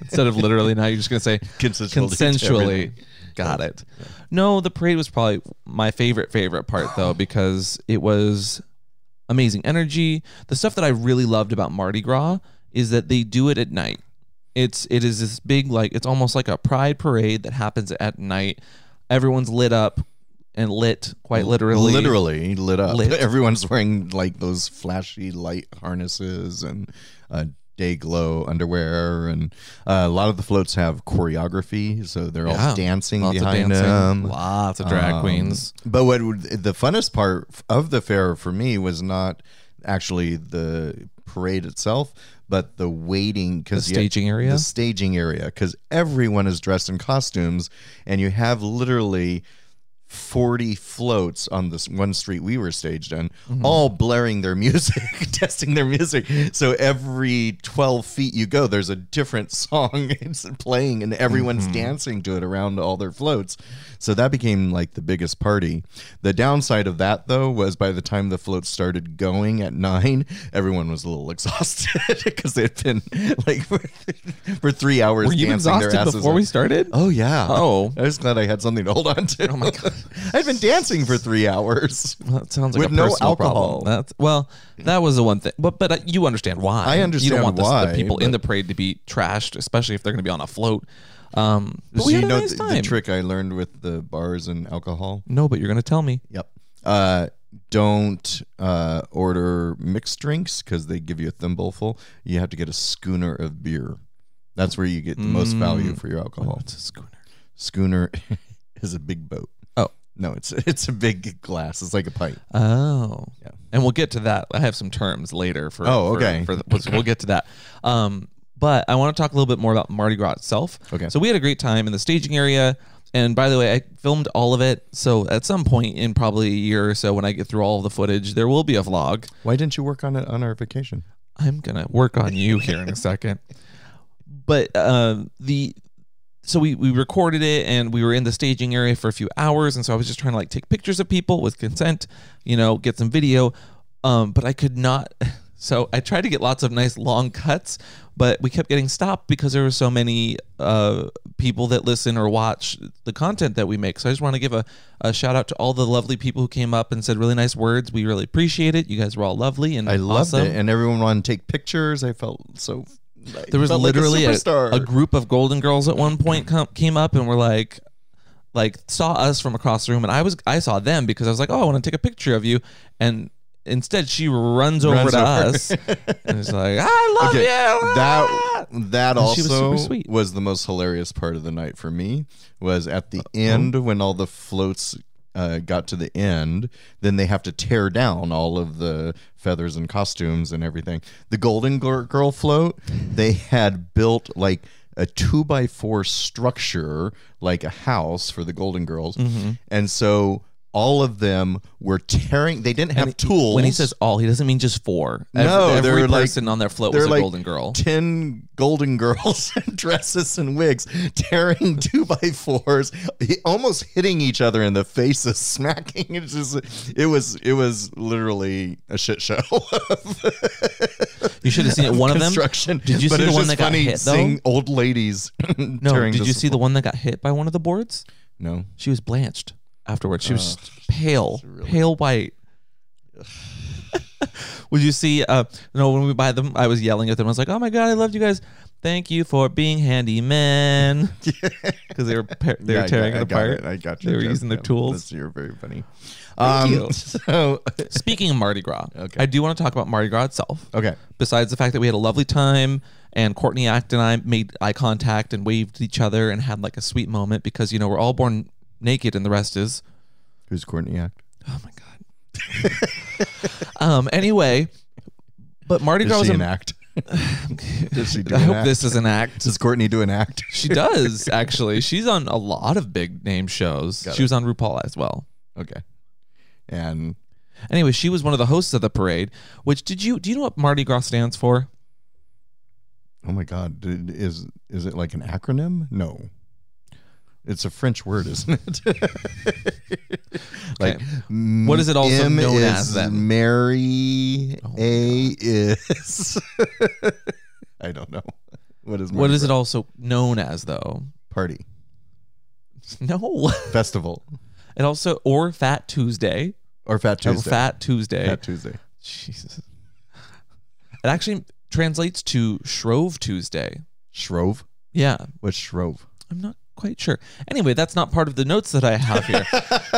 [SPEAKER 1] Instead of literally, now you're just going to say
[SPEAKER 2] Consensually. to
[SPEAKER 1] consensually.
[SPEAKER 2] everything.
[SPEAKER 1] Got it. No, the parade was probably my favorite, favorite part though, because it was amazing energy. The stuff that I really loved about Mardi Gras is that they do it at night. It's it is this big like it's almost like a pride parade that happens at night. Everyone's lit up and lit quite literally.
[SPEAKER 2] Literally lit up.
[SPEAKER 1] Lit.
[SPEAKER 2] Everyone's wearing like those flashy light harnesses and uh, day glow underwear, and uh, a lot of the floats have choreography, so they're
[SPEAKER 1] Yeah.
[SPEAKER 2] all dancing
[SPEAKER 1] Lots of
[SPEAKER 2] behind
[SPEAKER 1] dancing,
[SPEAKER 2] them.
[SPEAKER 1] lots of drag
[SPEAKER 2] Um,
[SPEAKER 1] queens.
[SPEAKER 2] But what would, the funnest part of the fair for me was not actually the parade itself, but the waiting
[SPEAKER 1] The
[SPEAKER 2] because
[SPEAKER 1] staging area.
[SPEAKER 2] the staging area because everyone is dressed in costumes and you have literally 40 floats on this one street we were staged in
[SPEAKER 1] Mm-hmm.
[SPEAKER 2] all blaring their music testing their music so every 12 feet you go there's a different song it's playing and everyone's
[SPEAKER 1] Mm-hmm.
[SPEAKER 2] dancing to it around all their floats so that became like the biggest party the downside of that though was by the time the floats started going at 9 everyone was a little exhausted because they'd been like for, for three hours
[SPEAKER 1] Were you
[SPEAKER 2] dancing
[SPEAKER 1] exhausted
[SPEAKER 2] their asses
[SPEAKER 1] before
[SPEAKER 2] off.
[SPEAKER 1] we started?
[SPEAKER 2] Oh yeah.
[SPEAKER 1] Oh.
[SPEAKER 2] I was glad I had something to hold on to. Oh my god. I've been dancing for three hours.
[SPEAKER 1] Well, that sounds like
[SPEAKER 2] With
[SPEAKER 1] a
[SPEAKER 2] no
[SPEAKER 1] personal
[SPEAKER 2] alcohol.
[SPEAKER 1] problem. That's, well, that was the one thing, but but uh, you understand why.
[SPEAKER 2] I
[SPEAKER 1] You
[SPEAKER 2] understand
[SPEAKER 1] don't want the- the,
[SPEAKER 2] why,
[SPEAKER 1] people in
[SPEAKER 2] but-
[SPEAKER 1] the parade to be trashed, especially if they're going to be on a float. Um, but
[SPEAKER 2] So
[SPEAKER 1] we
[SPEAKER 2] you
[SPEAKER 1] had a
[SPEAKER 2] know
[SPEAKER 1] nice
[SPEAKER 2] the,
[SPEAKER 1] time.
[SPEAKER 2] the trick I learned with the bars and alcohol?
[SPEAKER 1] No, but you're going to tell me.
[SPEAKER 2] Yep. Uh don't uh, order mixed drinks because they give you a thimbleful. You have to get a schooner of beer. That's where you get the most value for your alcohol.
[SPEAKER 1] It's a schooner.
[SPEAKER 2] Schooner is a big boat.
[SPEAKER 1] Oh.
[SPEAKER 2] no, it's it's a big glass. It's like a pint.
[SPEAKER 1] Oh,
[SPEAKER 2] Yeah.
[SPEAKER 1] and we'll get to that. I have some terms later for.
[SPEAKER 2] Oh,
[SPEAKER 1] for-
[SPEAKER 2] okay.
[SPEAKER 1] For, the, so we'll get to that. Um, but I want to talk a little bit more about Mardi Gras itself.
[SPEAKER 2] Okay.
[SPEAKER 1] So we had a great time in the staging area, and by the way, I filmed all of it. So at some point in probably a year or so, when I get through all of the footage, there will be a vlog.
[SPEAKER 2] Why didn't you work on it on our vacation?
[SPEAKER 1] I'm gonna work on you here in a second. But uh, the so we we recorded it and we were in the staging area for a few hours, and so I was just trying to like take pictures of people with consent, you know, get some video. Um, but I could not. So I tried to get lots of nice long cuts, but we kept getting stopped because there were so many uh, people that listen or watch the content that we make. So I just want to give a, a shout out to all the lovely people who came up and said really nice words. We really appreciate it. You guys were all lovely and
[SPEAKER 2] I loved
[SPEAKER 1] awesome.
[SPEAKER 2] it, and everyone wanted to take pictures. I felt so. I
[SPEAKER 1] There was
[SPEAKER 2] felt like
[SPEAKER 1] literally
[SPEAKER 2] a
[SPEAKER 1] a,
[SPEAKER 2] superstar.
[SPEAKER 1] a group of Golden Girls at one point come, came up and were like, like saw us from across the room, and I was I saw them because I was like, oh, I want to take a picture of you, and instead she runs over
[SPEAKER 2] Runs
[SPEAKER 1] to
[SPEAKER 2] over.
[SPEAKER 1] us and is like, I love
[SPEAKER 2] Okay,
[SPEAKER 1] you.
[SPEAKER 2] that that
[SPEAKER 1] she was
[SPEAKER 2] also
[SPEAKER 1] super
[SPEAKER 2] was,
[SPEAKER 1] sweet.
[SPEAKER 2] the most hilarious part of the night for me. Was at
[SPEAKER 1] Uh,
[SPEAKER 2] the end when all the floats. Uh, got to the end, then they have to tear down all of the feathers and costumes and everything. The Golden Gir- Girl float, they had built like a two by four structure, like a house for the Golden Girls,
[SPEAKER 1] Mm-hmm.
[SPEAKER 2] and so all of them were tearing. They didn't have tools.
[SPEAKER 1] when he says all, he doesn't mean just four.
[SPEAKER 2] No,
[SPEAKER 1] every, every
[SPEAKER 2] they're like-
[SPEAKER 1] person on their float
[SPEAKER 2] they're
[SPEAKER 1] was a
[SPEAKER 2] like
[SPEAKER 1] Golden Girl.
[SPEAKER 2] 10 golden girls in dresses and wigs tearing two by fours he- almost hitting each other in the faces smacking it's just it was it was literally a shit show
[SPEAKER 1] You should have seen it. One of them.
[SPEAKER 2] construction
[SPEAKER 1] Did you
[SPEAKER 2] but
[SPEAKER 1] see
[SPEAKER 2] it
[SPEAKER 1] the
[SPEAKER 2] was
[SPEAKER 1] one
[SPEAKER 2] just
[SPEAKER 1] that got
[SPEAKER 2] funny
[SPEAKER 1] hit, though?
[SPEAKER 2] seeing old ladies
[SPEAKER 1] No,
[SPEAKER 2] tearing
[SPEAKER 1] did you
[SPEAKER 2] this-
[SPEAKER 1] see the one that got hit by one of the boards?
[SPEAKER 2] no
[SPEAKER 1] She was blanched afterwards. She was pale, pale white. Would you see? Uh, no, when we buy them, I was yelling at them. I was like, "Oh my god, I loved you guys." Thank you for being handyman. Because they were par- they
[SPEAKER 2] Yeah,
[SPEAKER 1] were tearing
[SPEAKER 2] I, I
[SPEAKER 1] it
[SPEAKER 2] got
[SPEAKER 1] apart.
[SPEAKER 2] I got you.
[SPEAKER 1] They were
[SPEAKER 2] Jeff.
[SPEAKER 1] using their
[SPEAKER 2] Yeah,
[SPEAKER 1] tools.
[SPEAKER 2] that's- You're very funny.
[SPEAKER 1] Thank
[SPEAKER 2] Um,
[SPEAKER 1] you.
[SPEAKER 2] So
[SPEAKER 1] Speaking of Mardi Gras,
[SPEAKER 2] Okay.
[SPEAKER 1] I do want to talk about Mardi Gras itself.
[SPEAKER 2] okay,
[SPEAKER 1] Besides the fact that we had a lovely time and Courtney Act and I made eye contact and waved at each other and had like a sweet moment because, you know, we're all born naked and the rest is.
[SPEAKER 2] who's Courtney Act?
[SPEAKER 1] Oh my God. um, anyway, but Mardi Gras
[SPEAKER 2] Does
[SPEAKER 1] was
[SPEAKER 2] she
[SPEAKER 1] a-
[SPEAKER 2] an act? Does she do
[SPEAKER 1] I
[SPEAKER 2] an
[SPEAKER 1] hope
[SPEAKER 2] act?
[SPEAKER 1] this is an act.
[SPEAKER 2] Does Courtney do an act?
[SPEAKER 1] She does actually. She's on a lot of big name shows.
[SPEAKER 2] Got
[SPEAKER 1] she was on RuPaul as well.
[SPEAKER 2] Okay, and
[SPEAKER 1] Anyway, she was one of the hosts of the parade. Which did you do you know what Mardi Gras stands for?
[SPEAKER 2] oh my God, did- is is it like an acronym? No, it's a French word, isn't it? like
[SPEAKER 1] Okay. What is it also
[SPEAKER 2] M
[SPEAKER 1] known
[SPEAKER 2] is
[SPEAKER 1] as then?
[SPEAKER 2] Mary.
[SPEAKER 1] Oh my
[SPEAKER 2] A is. I don't know. What is
[SPEAKER 1] What
[SPEAKER 2] Mardi
[SPEAKER 1] is it
[SPEAKER 2] Gras?
[SPEAKER 1] also known as though?
[SPEAKER 2] Party
[SPEAKER 1] No.
[SPEAKER 2] festival
[SPEAKER 1] It also or Fat Tuesday.
[SPEAKER 2] or Fat
[SPEAKER 1] Or
[SPEAKER 2] Tuesday?
[SPEAKER 1] Fat Tuesday.
[SPEAKER 2] Fat Tuesday.
[SPEAKER 1] Jesus. It actually translates to Shrove Tuesday.
[SPEAKER 2] Shrove.
[SPEAKER 1] Yeah.
[SPEAKER 2] What's Shrove?
[SPEAKER 1] I'm not quite sure. Anyway, that's not part of the notes that I have here.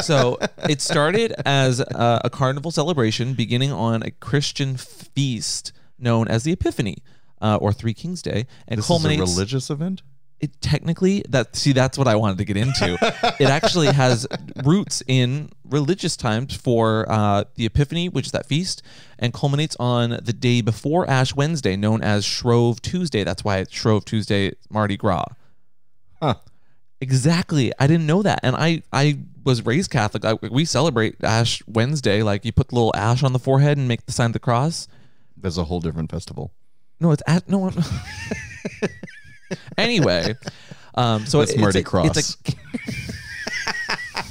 [SPEAKER 1] so it started as uh, a carnival celebration beginning on a Christian feast known as the Epiphany uh, or Three Kings Day, and
[SPEAKER 2] This is a
[SPEAKER 1] culminates.
[SPEAKER 2] religious event.
[SPEAKER 1] it technically that see that's what I wanted to get into. it actually has roots in religious times for uh, the Epiphany, which is that feast, and culminates on the day before Ash Wednesday, known as Shrove Tuesday. That's why it's Shrove Tuesday, Mardi Gras.
[SPEAKER 2] Huh.
[SPEAKER 1] Exactly. I didn't know that, and I I was raised Catholic. I, we celebrate Ash Wednesday, like you put the little ash on the forehead and make the sign of the cross.
[SPEAKER 2] That's a whole different festival.
[SPEAKER 1] No, it's at no. I'm, anyway, um, so
[SPEAKER 2] That's
[SPEAKER 1] it's
[SPEAKER 2] Mardi
[SPEAKER 1] a-
[SPEAKER 2] Cross.
[SPEAKER 1] It's a,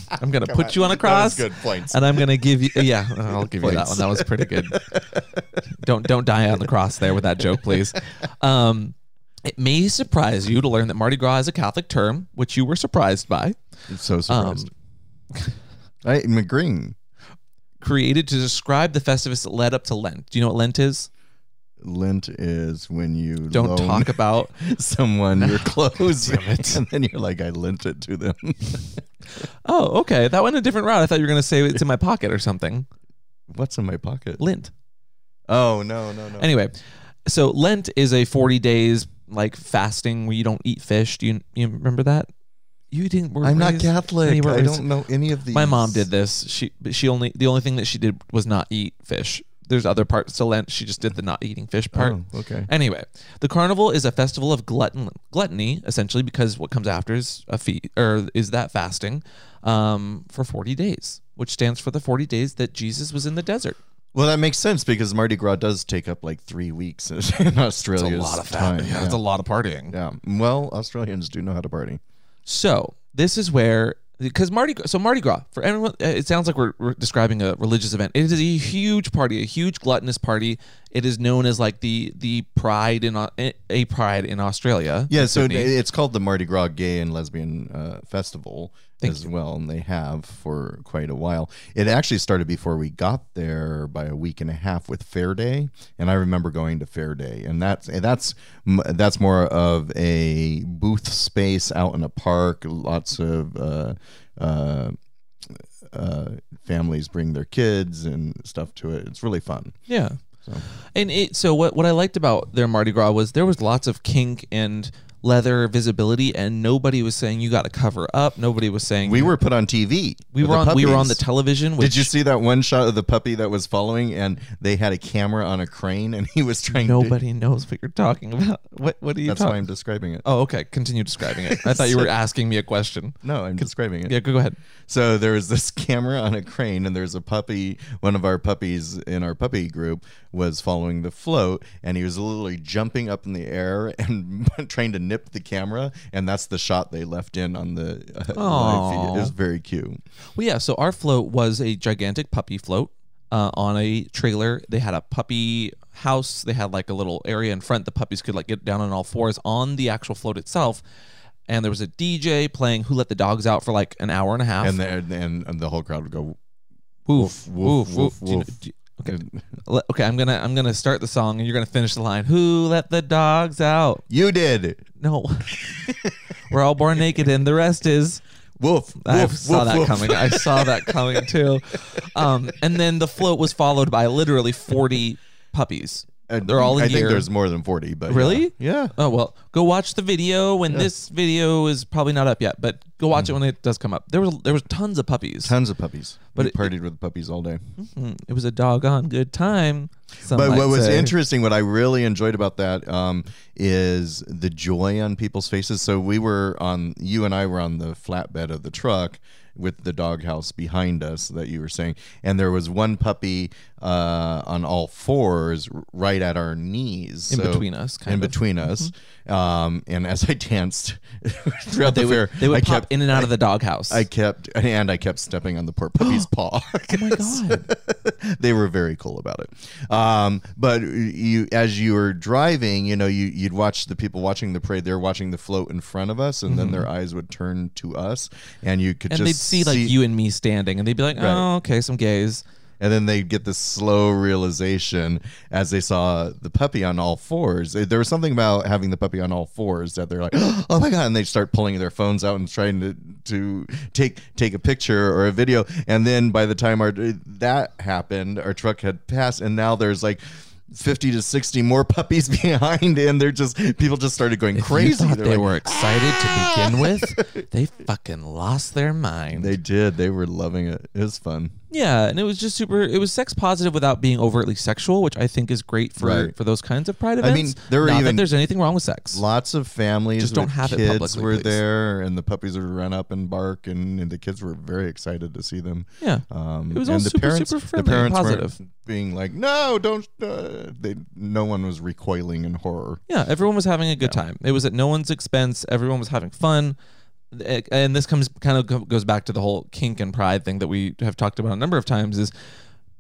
[SPEAKER 1] I'm gonna put you on a cross,
[SPEAKER 2] points.
[SPEAKER 1] and I'm gonna give you. Yeah, I'll give you that
[SPEAKER 2] Points.
[SPEAKER 1] one. That was pretty good. don't don't die on the cross there with that joke, please. Um, it may surprise you to learn that Mardi Gras is a Catholic term, which you were surprised by. um,
[SPEAKER 2] I'm so surprised. I am agreeing.
[SPEAKER 1] Created to describe the festivus that led up to Lent. Do you know what Lent is?
[SPEAKER 2] Lent is when you
[SPEAKER 1] Don't
[SPEAKER 2] loan
[SPEAKER 1] talk about.
[SPEAKER 2] someone your clothes,
[SPEAKER 1] Damn it.
[SPEAKER 2] and then you're like, I lent it to them.
[SPEAKER 1] Oh, okay, that went a different route. I thought you were gonna say it's in my pocket or something.
[SPEAKER 2] What's in my pocket?
[SPEAKER 1] Lent.
[SPEAKER 2] Oh no no no.
[SPEAKER 1] Anyway, so Lent is a 40 days like fasting where you don't eat fish. Do you, you remember that? You didn't. Were
[SPEAKER 2] I'm not
[SPEAKER 1] raised-
[SPEAKER 2] Catholic.
[SPEAKER 1] you were
[SPEAKER 2] I
[SPEAKER 1] raised-
[SPEAKER 2] don't know any of these.
[SPEAKER 1] My mom did this. She but she only the only thing that she did was not eat fish. There's other parts to Lent. She just did the not eating fish part.
[SPEAKER 2] Oh, okay.
[SPEAKER 1] Anyway, the carnival is a festival of glutton gluttony essentially because what comes after is a feast or is that fasting um, for 40 days, which stands for the 40 days that Jesus was in the desert.
[SPEAKER 2] Well, that makes sense because Mardi Gras does take up like three weeks in Australia.
[SPEAKER 1] a lot of
[SPEAKER 2] time.
[SPEAKER 1] fat. Yeah, it's a lot of partying.
[SPEAKER 2] yeah. Well, Australians do know how to party.
[SPEAKER 1] So this is where because Mardi Gras, so Mardi Gras for everyone, uh, it sounds like we're, we're describing a religious event. It is a huge party, a huge gluttonous party. It is known as like the the pride in Au- a pride in Australia.
[SPEAKER 2] Yeah, so it,
[SPEAKER 1] Sydney.
[SPEAKER 2] it's called the Mardi Gras Gay and Lesbian uh, Festival as well, and they have for quite a while. It actually started before we got there by a week and a half with Fair Day, and I remember going to Fair Day, and that's and that's m- that's more of a booth space out in a park, lots of. Uh, uh, uh, families bring their kids and stuff to it. It's really fun.
[SPEAKER 1] Yeah.
[SPEAKER 2] So.
[SPEAKER 1] And it so what what I liked about their Mardi Gras was there was lots of kink and leather visibility and nobody was saying you got to cover up. Nobody was saying
[SPEAKER 2] We were put on TV.
[SPEAKER 1] we
[SPEAKER 2] with
[SPEAKER 1] were
[SPEAKER 2] the
[SPEAKER 1] on we were on
[SPEAKER 2] puppies.
[SPEAKER 1] the television. Which
[SPEAKER 2] Did you see that one shot of the puppy that was following and they had a camera on a crane and he was trying to
[SPEAKER 1] Nobody knows what you're talking about. What what are you
[SPEAKER 2] That's
[SPEAKER 1] talking?
[SPEAKER 2] why I'm describing it.
[SPEAKER 1] Oh, okay. Continue describing it. I thought you were asking me a question.
[SPEAKER 2] No, I'm describing it.
[SPEAKER 1] Yeah, go, go ahead.
[SPEAKER 2] So there was this camera on a crane and there's a puppy, one of our puppies in our puppy group was following the float and he was literally jumping up in the air and trying to nip the camera and that's the shot they left in on the uh, live feed. It was
[SPEAKER 1] Aw.
[SPEAKER 2] very cute.
[SPEAKER 1] Well, yeah. So our float was a gigantic puppy float uh, on a trailer. They had a puppy house. They had like a little area in front. The puppies could like get down on all fours on the actual float itself. And there was a DJ playing "Who Let the Dogs Out" for like an hour and a half.
[SPEAKER 2] And the, and, and the whole crowd would go
[SPEAKER 1] woof,
[SPEAKER 2] woof,
[SPEAKER 1] woof,
[SPEAKER 2] woof,
[SPEAKER 1] woof. Do you-
[SPEAKER 2] woof.
[SPEAKER 1] do you- Okay. Le- Okay, I'm gonna I'm gonna start the song and you're gonna finish the line. Who let the dogs out?
[SPEAKER 2] You did.
[SPEAKER 1] No. We're all born naked and the rest is
[SPEAKER 2] Woof.
[SPEAKER 1] I
[SPEAKER 2] woof,
[SPEAKER 1] saw
[SPEAKER 2] woof,
[SPEAKER 1] that
[SPEAKER 2] woof.
[SPEAKER 1] coming. I saw that coming too. Um, and then the float was followed by literally 40 puppies.
[SPEAKER 2] Uh,
[SPEAKER 1] They're all a
[SPEAKER 2] I
[SPEAKER 1] year.
[SPEAKER 2] think there's more than 40, but yeah.
[SPEAKER 1] Really?
[SPEAKER 2] Yeah.
[SPEAKER 1] Oh well, go watch the video. And this video is probably not up yet, but go
[SPEAKER 2] Mm.
[SPEAKER 1] watch it when it does come up. There was there was tons of puppies.
[SPEAKER 2] Tons of puppies. But
[SPEAKER 1] But
[SPEAKER 2] we
[SPEAKER 1] it-
[SPEAKER 2] partied with puppies all day.
[SPEAKER 1] Mm, It was a doggone good time. some
[SPEAKER 2] But
[SPEAKER 1] might
[SPEAKER 2] what was
[SPEAKER 1] say.
[SPEAKER 2] interesting, what I really enjoyed about that um, is the joy on people's faces. So we were on, you and I were on the flatbed of the truck with the doghouse behind us that you were saying, and there was one puppy uh, on all fours r- right at our knees,
[SPEAKER 1] in
[SPEAKER 2] So-
[SPEAKER 1] between us, kind
[SPEAKER 2] in
[SPEAKER 1] of. Mm-hmm.
[SPEAKER 2] between us. Um, and as I danced throughout
[SPEAKER 1] they
[SPEAKER 2] the fair,
[SPEAKER 1] would they would
[SPEAKER 2] I
[SPEAKER 1] pop
[SPEAKER 2] kept,
[SPEAKER 1] in and out of the doghouse.
[SPEAKER 2] I kept, and I kept stepping on the poor puppy's paw.
[SPEAKER 1] oh my god!
[SPEAKER 2] they were very cool about it. Um, but you, as you were driving, you know, you, you'd watch the people watching the parade. They're watching the float in front of us, and then their eyes would turn to us, and you could
[SPEAKER 1] Mm-hmm. And
[SPEAKER 2] just
[SPEAKER 1] they'd see like you and me standing, and they'd be like, "Oh,
[SPEAKER 2] Right.
[SPEAKER 1] okay, some gays."
[SPEAKER 2] And then they'd get this slow realization as they saw the puppy on all fours. There was something about having the puppy on all fours that they're like, oh my god! And they start pulling their phones out and trying to to take take a picture or a video. And then by the time our that happened, our truck had passed, and now there's like. 50 to 60 more puppies behind and they're just people just started going
[SPEAKER 1] You
[SPEAKER 2] crazy
[SPEAKER 1] thought
[SPEAKER 2] They're
[SPEAKER 1] they
[SPEAKER 2] like, "Ah!"
[SPEAKER 1] were excited to begin with. They fucking lost their mind.
[SPEAKER 2] they did they were loving it it was fun
[SPEAKER 1] Yeah, and it was just super. It was sex positive without being overtly sexual, which I think is great for
[SPEAKER 2] Right.
[SPEAKER 1] for those kinds of pride
[SPEAKER 2] I
[SPEAKER 1] events.
[SPEAKER 2] mean, there were
[SPEAKER 1] Not that
[SPEAKER 2] even-
[SPEAKER 1] there's anything wrong with sex.
[SPEAKER 2] Lots of families
[SPEAKER 1] Just don't
[SPEAKER 2] with
[SPEAKER 1] have it
[SPEAKER 2] kids
[SPEAKER 1] publicly,
[SPEAKER 2] were
[SPEAKER 1] please.
[SPEAKER 2] there, and the puppies would run up and bark, and, and the kids were very excited to see them.
[SPEAKER 1] yeah,
[SPEAKER 2] Um,
[SPEAKER 1] It was
[SPEAKER 2] and
[SPEAKER 1] all
[SPEAKER 2] the
[SPEAKER 1] super,
[SPEAKER 2] parents,
[SPEAKER 1] super friendly
[SPEAKER 2] The
[SPEAKER 1] and
[SPEAKER 2] parents weren't
[SPEAKER 1] positive.
[SPEAKER 2] being like, "No, don't." Uh, they, no one was recoiling in horror.
[SPEAKER 1] yeah. Everyone was having a good time. It was at no one's expense. Everyone was having fun. Eh, And this comes kind of go- goes back to the whole kink and pride thing that we have talked about a number of times. Is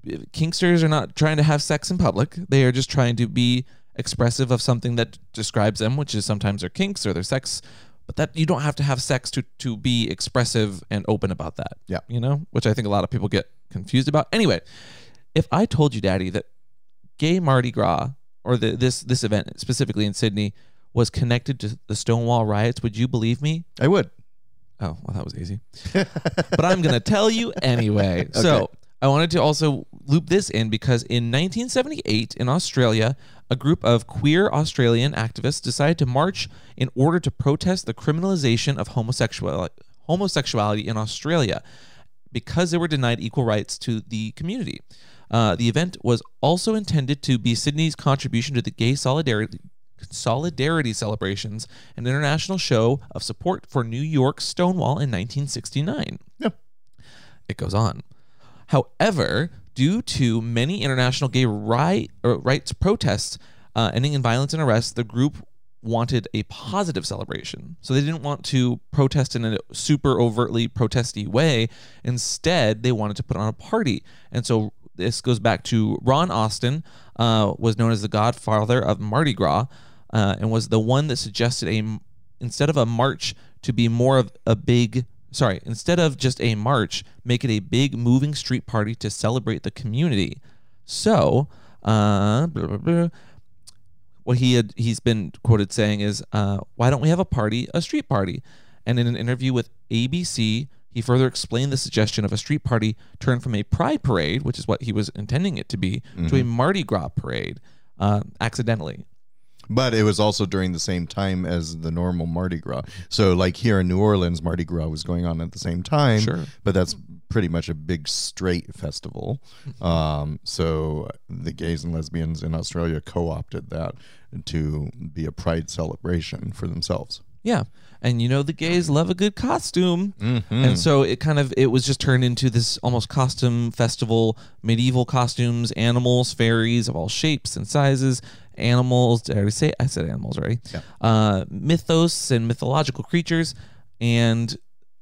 [SPEAKER 1] eh, kinksters are not trying to have sex in public. They are just trying to be expressive of something that describes them, which is sometimes their kinks or their sex. But that you don't have to have sex to to be expressive and open about that.
[SPEAKER 2] Yeah.
[SPEAKER 1] you know, which I think a lot of people get confused about. Anyway, if I told you, Daddy, that gay Mardi Gras or the, this this event specifically in Sydney was connected to the Stonewall riots, would you believe me?
[SPEAKER 2] I would.
[SPEAKER 1] Oh, well, that was easy. but I'm going to tell you anyway. So I wanted to also loop this in because in 1978 in Australia, a group of queer Australian activists decided to march in order to protest the criminalization of homosexual homosexuality in Australia because they were denied equal rights to the community. Uh, the event was also intended to be Sydney's contribution to the gay solidarity solidarity celebrations, an international show of support for New York's Stonewall in 1969.
[SPEAKER 2] Yeah.
[SPEAKER 1] It goes on. However, due to many international gay right, or rights protests uh, ending in violence and arrest, the group wanted a positive celebration. So they didn't want to protest in a super overtly protesty way. Instead, they wanted to put on a party. And so this goes back to Ron Austin, uh, was known as the godfather of Mardi Gras, uh, and was the one that suggested a instead of a march to be more of a big sorry instead of just a march make it a big moving street party to celebrate the community so uh, blah, blah, blah. what he had he's been quoted saying is uh, why don't we have a party a street party and in an interview with abc he further explained the suggestion of a street party turned from a pride parade which is what he was intending it to be to a mardi gras parade uh, accidentally
[SPEAKER 2] But it was also during the same time as the normal Mardi Gras. So, like here in New Orleans, Mardi Gras was going on at the same time.
[SPEAKER 1] Sure.
[SPEAKER 2] But that's pretty much a big straight festival. Um, so, the gays and lesbians in Australia co opted that to be a pride celebration for themselves.
[SPEAKER 1] Yeah. And you know the gays love a good costume.
[SPEAKER 2] Mm-hmm.
[SPEAKER 1] And so it kind of it was just turned into this almost costume festival, medieval costumes, animals, fairies of all shapes and sizes, animals, did I already say I said animals already. Uh mythos and mythological creatures and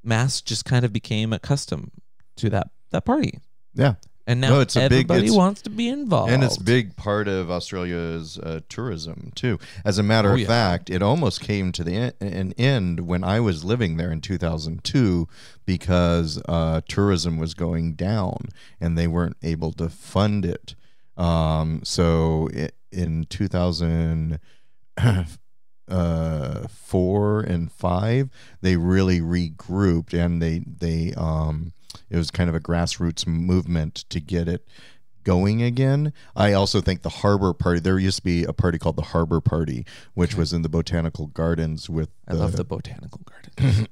[SPEAKER 1] mass just kind of became accustomed to that that party.
[SPEAKER 2] Yeah.
[SPEAKER 1] And now
[SPEAKER 2] No, it's a big-
[SPEAKER 1] everybody
[SPEAKER 2] it's-
[SPEAKER 1] wants to be involved.
[SPEAKER 2] And it's a big part of Australia's uh, tourism too. As a matter
[SPEAKER 1] Oh,
[SPEAKER 2] of
[SPEAKER 1] yeah.
[SPEAKER 2] fact, it almost came to the en- an end when I was living there in 2002 because uh, tourism was going down and they weren't able to fund it. Um, so i in 2004 uh, and five, they really regrouped and they they um, it was kind of a grassroots movement to get it going again. I also think the Harbor Party. There used to be a party called the Harbor Party, which was in the Botanical Gardens with.
[SPEAKER 1] I love the botanical garden.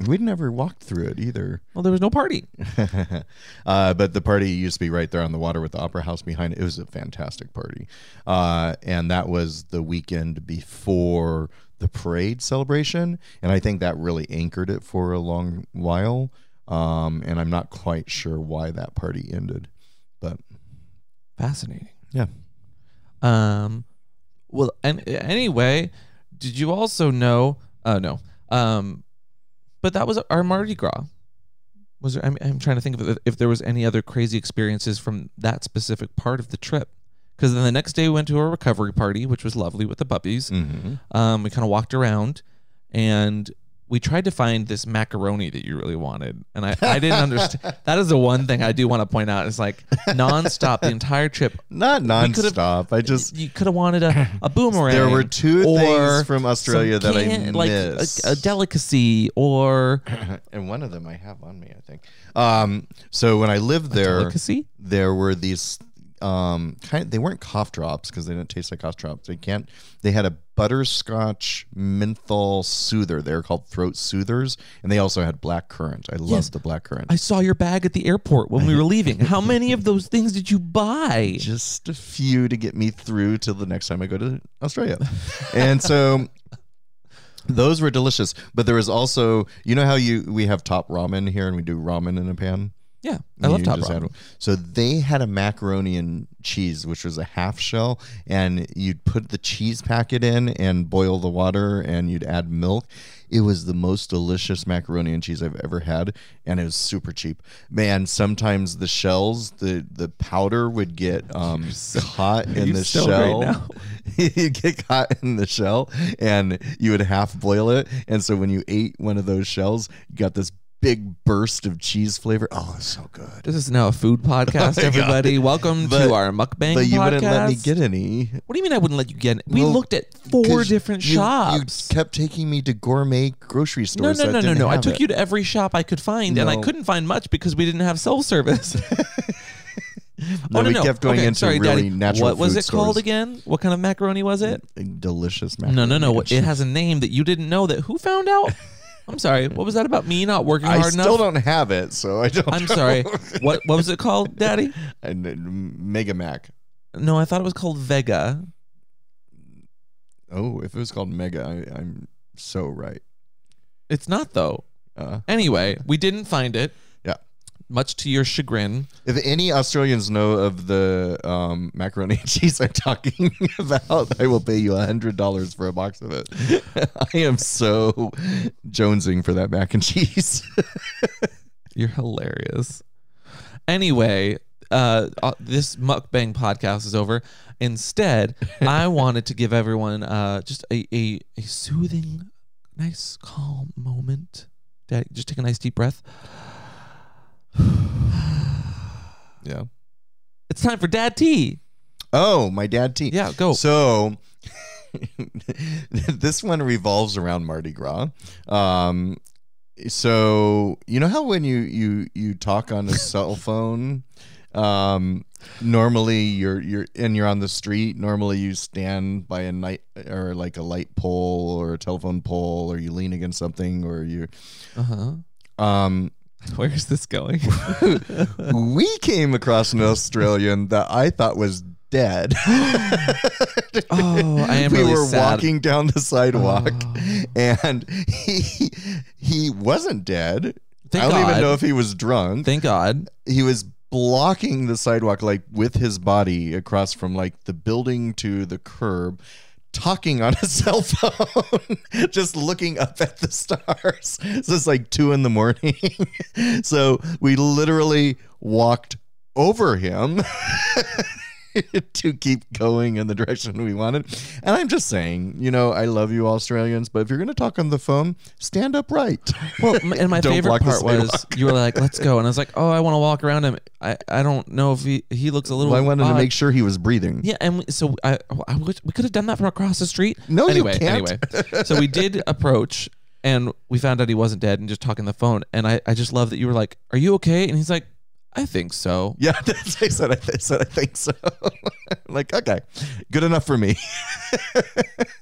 [SPEAKER 2] We'd never walked through it either.
[SPEAKER 1] well, there was no party.
[SPEAKER 2] uh, but the party used to be right there on the water with the opera house behind it. It was a fantastic party. Uh, and that was the weekend before the parade celebration. And I think that really anchored it for a long while. Um, and I'm not quite sure why that party ended. But
[SPEAKER 1] Fascinating.
[SPEAKER 2] yeah.
[SPEAKER 1] Um, well, and anyway, did you also know? Uh, no. Um, but that was our Mardi Gras. Was there? I'm, I'm trying to think of if there was any other crazy experiences from that specific part of the trip. Because then the next day we went to a recovery party, which was lovely with the puppies.
[SPEAKER 2] Mm-hmm.
[SPEAKER 1] Um, we kind of walked around, and we tried to find this macaroni that you really wanted, and I, I didn't understand. That is the one thing I do want to point out. It's like nonstop the entire trip.
[SPEAKER 2] Not
[SPEAKER 1] could've-
[SPEAKER 2] nonstop. I just.
[SPEAKER 1] You could have wanted a, a boomerang.
[SPEAKER 2] There were two
[SPEAKER 1] or
[SPEAKER 2] things from
[SPEAKER 1] some
[SPEAKER 2] Australia that I
[SPEAKER 1] can- like a-
[SPEAKER 2] missed.
[SPEAKER 1] a, delicacy or
[SPEAKER 2] and one of them I have on me, I think. Um, so when I lived there,
[SPEAKER 1] delicacy.
[SPEAKER 2] there were these um kind they weren't cough drops because they didn't taste like cough drops they can't they had a butterscotch menthol soother they were called throat soothers and they also had black currant i love
[SPEAKER 1] Yes.
[SPEAKER 2] the black currant
[SPEAKER 1] I saw your bag at the airport when we were leaving. How many of those things did you buy?
[SPEAKER 2] just a few to get me through till the next time I go to Australia. and so those were delicious, but there was also, you know how you we have top ramen here and we do ramen in a pan.
[SPEAKER 1] Yeah, I love
[SPEAKER 2] You
[SPEAKER 1] top
[SPEAKER 2] just
[SPEAKER 1] ramen.
[SPEAKER 2] add- so they had a macaroni and cheese, which was a half shell, and you'd put the cheese packet in and boil the water, and you'd add milk. It was the most delicious macaroni and cheese I've ever had, and it was super cheap. Man, sometimes the shells, the the powder would get um, caught in
[SPEAKER 1] you're
[SPEAKER 2] the
[SPEAKER 1] stoned right
[SPEAKER 2] shell.
[SPEAKER 1] now.
[SPEAKER 2] you get caught in the shell, and you would half boil it. And so when you ate one of those shells, you got this. Big burst of cheese flavor. Oh, it's so good.
[SPEAKER 1] This is now a food podcast, everybody. Welcome
[SPEAKER 2] Oh But-
[SPEAKER 1] to our mukbang
[SPEAKER 2] But you wouldn't let me
[SPEAKER 1] podcast.
[SPEAKER 2] get any.
[SPEAKER 1] What do you mean I wouldn't let you get it? We
[SPEAKER 2] Well,
[SPEAKER 1] looked at four
[SPEAKER 2] 'Cause
[SPEAKER 1] different
[SPEAKER 2] you-
[SPEAKER 1] shops.
[SPEAKER 2] You kept taking me to gourmet grocery
[SPEAKER 1] no,
[SPEAKER 2] stores.
[SPEAKER 1] no,
[SPEAKER 2] that
[SPEAKER 1] no, no,
[SPEAKER 2] didn't
[SPEAKER 1] no. I
[SPEAKER 2] have
[SPEAKER 1] took
[SPEAKER 2] it.
[SPEAKER 1] you to every shop I could find, and I
[SPEAKER 2] No.
[SPEAKER 1] couldn't find much because we didn't have self service. Oh,
[SPEAKER 2] No, we kept going into
[SPEAKER 1] sorry,
[SPEAKER 2] really
[SPEAKER 1] Daddy.
[SPEAKER 2] natural
[SPEAKER 1] What was
[SPEAKER 2] food
[SPEAKER 1] it called
[SPEAKER 2] stores.
[SPEAKER 1] again? What kind of macaroni was it?
[SPEAKER 2] Delicious macaroni.
[SPEAKER 1] No, no, no.
[SPEAKER 2] and
[SPEAKER 1] It
[SPEAKER 2] cheese.
[SPEAKER 1] has a name that you didn't know. That who found out? I'm sorry. What was that about me not working
[SPEAKER 2] I
[SPEAKER 1] hard
[SPEAKER 2] still
[SPEAKER 1] enough?
[SPEAKER 2] don't have it, so I don't.
[SPEAKER 1] I'm sorry. What what was it called, Daddy?
[SPEAKER 2] And, and Mega Mac.
[SPEAKER 1] No, I thought it was called Vega.
[SPEAKER 2] Oh, if it was called Mega, I, I'm so right.
[SPEAKER 1] It's not though.
[SPEAKER 2] Uh,
[SPEAKER 1] Anyway, we didn't find it.
[SPEAKER 2] Yeah.
[SPEAKER 1] Much to your chagrin.
[SPEAKER 2] if any Australians know of the um, macaroni and cheese I'm talking about, I will pay you hundred dollars for a box of it. I am so jonesing for that mac and cheese.
[SPEAKER 1] You're hilarious. Anyway, uh, uh, this mukbang podcast is over. Instead, I wanted to give everyone uh, just a, a, a soothing, nice, calm moment. Daddy, just take a nice deep breath.
[SPEAKER 2] yeah.
[SPEAKER 1] It's time for dad tea.
[SPEAKER 2] Oh, my dad tea.
[SPEAKER 1] Yeah, go.
[SPEAKER 2] So this one revolves around Mardi Gras. Um, so you know how when you you you talk on a cell phone, um, normally you're you're and you're on the street. Normally you stand by a night or like a light pole or a telephone pole, or you lean against something, or you.
[SPEAKER 1] uh huh.
[SPEAKER 2] Um,
[SPEAKER 1] Where's this going?
[SPEAKER 2] we came across an Australian that I thought was dead.
[SPEAKER 1] Oh, I am
[SPEAKER 2] we
[SPEAKER 1] really
[SPEAKER 2] were
[SPEAKER 1] sad.
[SPEAKER 2] walking down the sidewalk,
[SPEAKER 1] Oh.
[SPEAKER 2] and he he wasn't dead.
[SPEAKER 1] Thank
[SPEAKER 2] I don't
[SPEAKER 1] God.
[SPEAKER 2] even know if he was drunk.
[SPEAKER 1] Thank God.
[SPEAKER 2] he was blocking the sidewalk like with his body across from like the building to the curb. Talking on a cell phone, just looking up at the stars. So it's like two in the morning. so we literally walked over him to keep going in the direction we wanted. And I'm just saying, you know, I love you Australians, but if you're going to talk on the phone, stand upright.
[SPEAKER 1] Well, m- and my
[SPEAKER 2] Don't
[SPEAKER 1] favorite
[SPEAKER 2] block the
[SPEAKER 1] part was
[SPEAKER 2] sidewalk.
[SPEAKER 1] you were like, "Let's go," and I was like, "Oh, I want to walk around him. I, I don't know if he he looks a little."
[SPEAKER 2] Well, I wanted to
[SPEAKER 1] odd."
[SPEAKER 2] make sure he was breathing.
[SPEAKER 1] Yeah, and we, so I, I wish- we could have done that from across the street.
[SPEAKER 2] No, you
[SPEAKER 1] anyway,
[SPEAKER 2] can't.
[SPEAKER 1] Anyway, so we did approach, and we found out he wasn't dead, and just talking on the phone. And I, I just love that you were like, "Are you okay?" And he's like, "I think so."
[SPEAKER 2] Yeah, that's I said. I, th- said I think so. like, okay, good enough for me.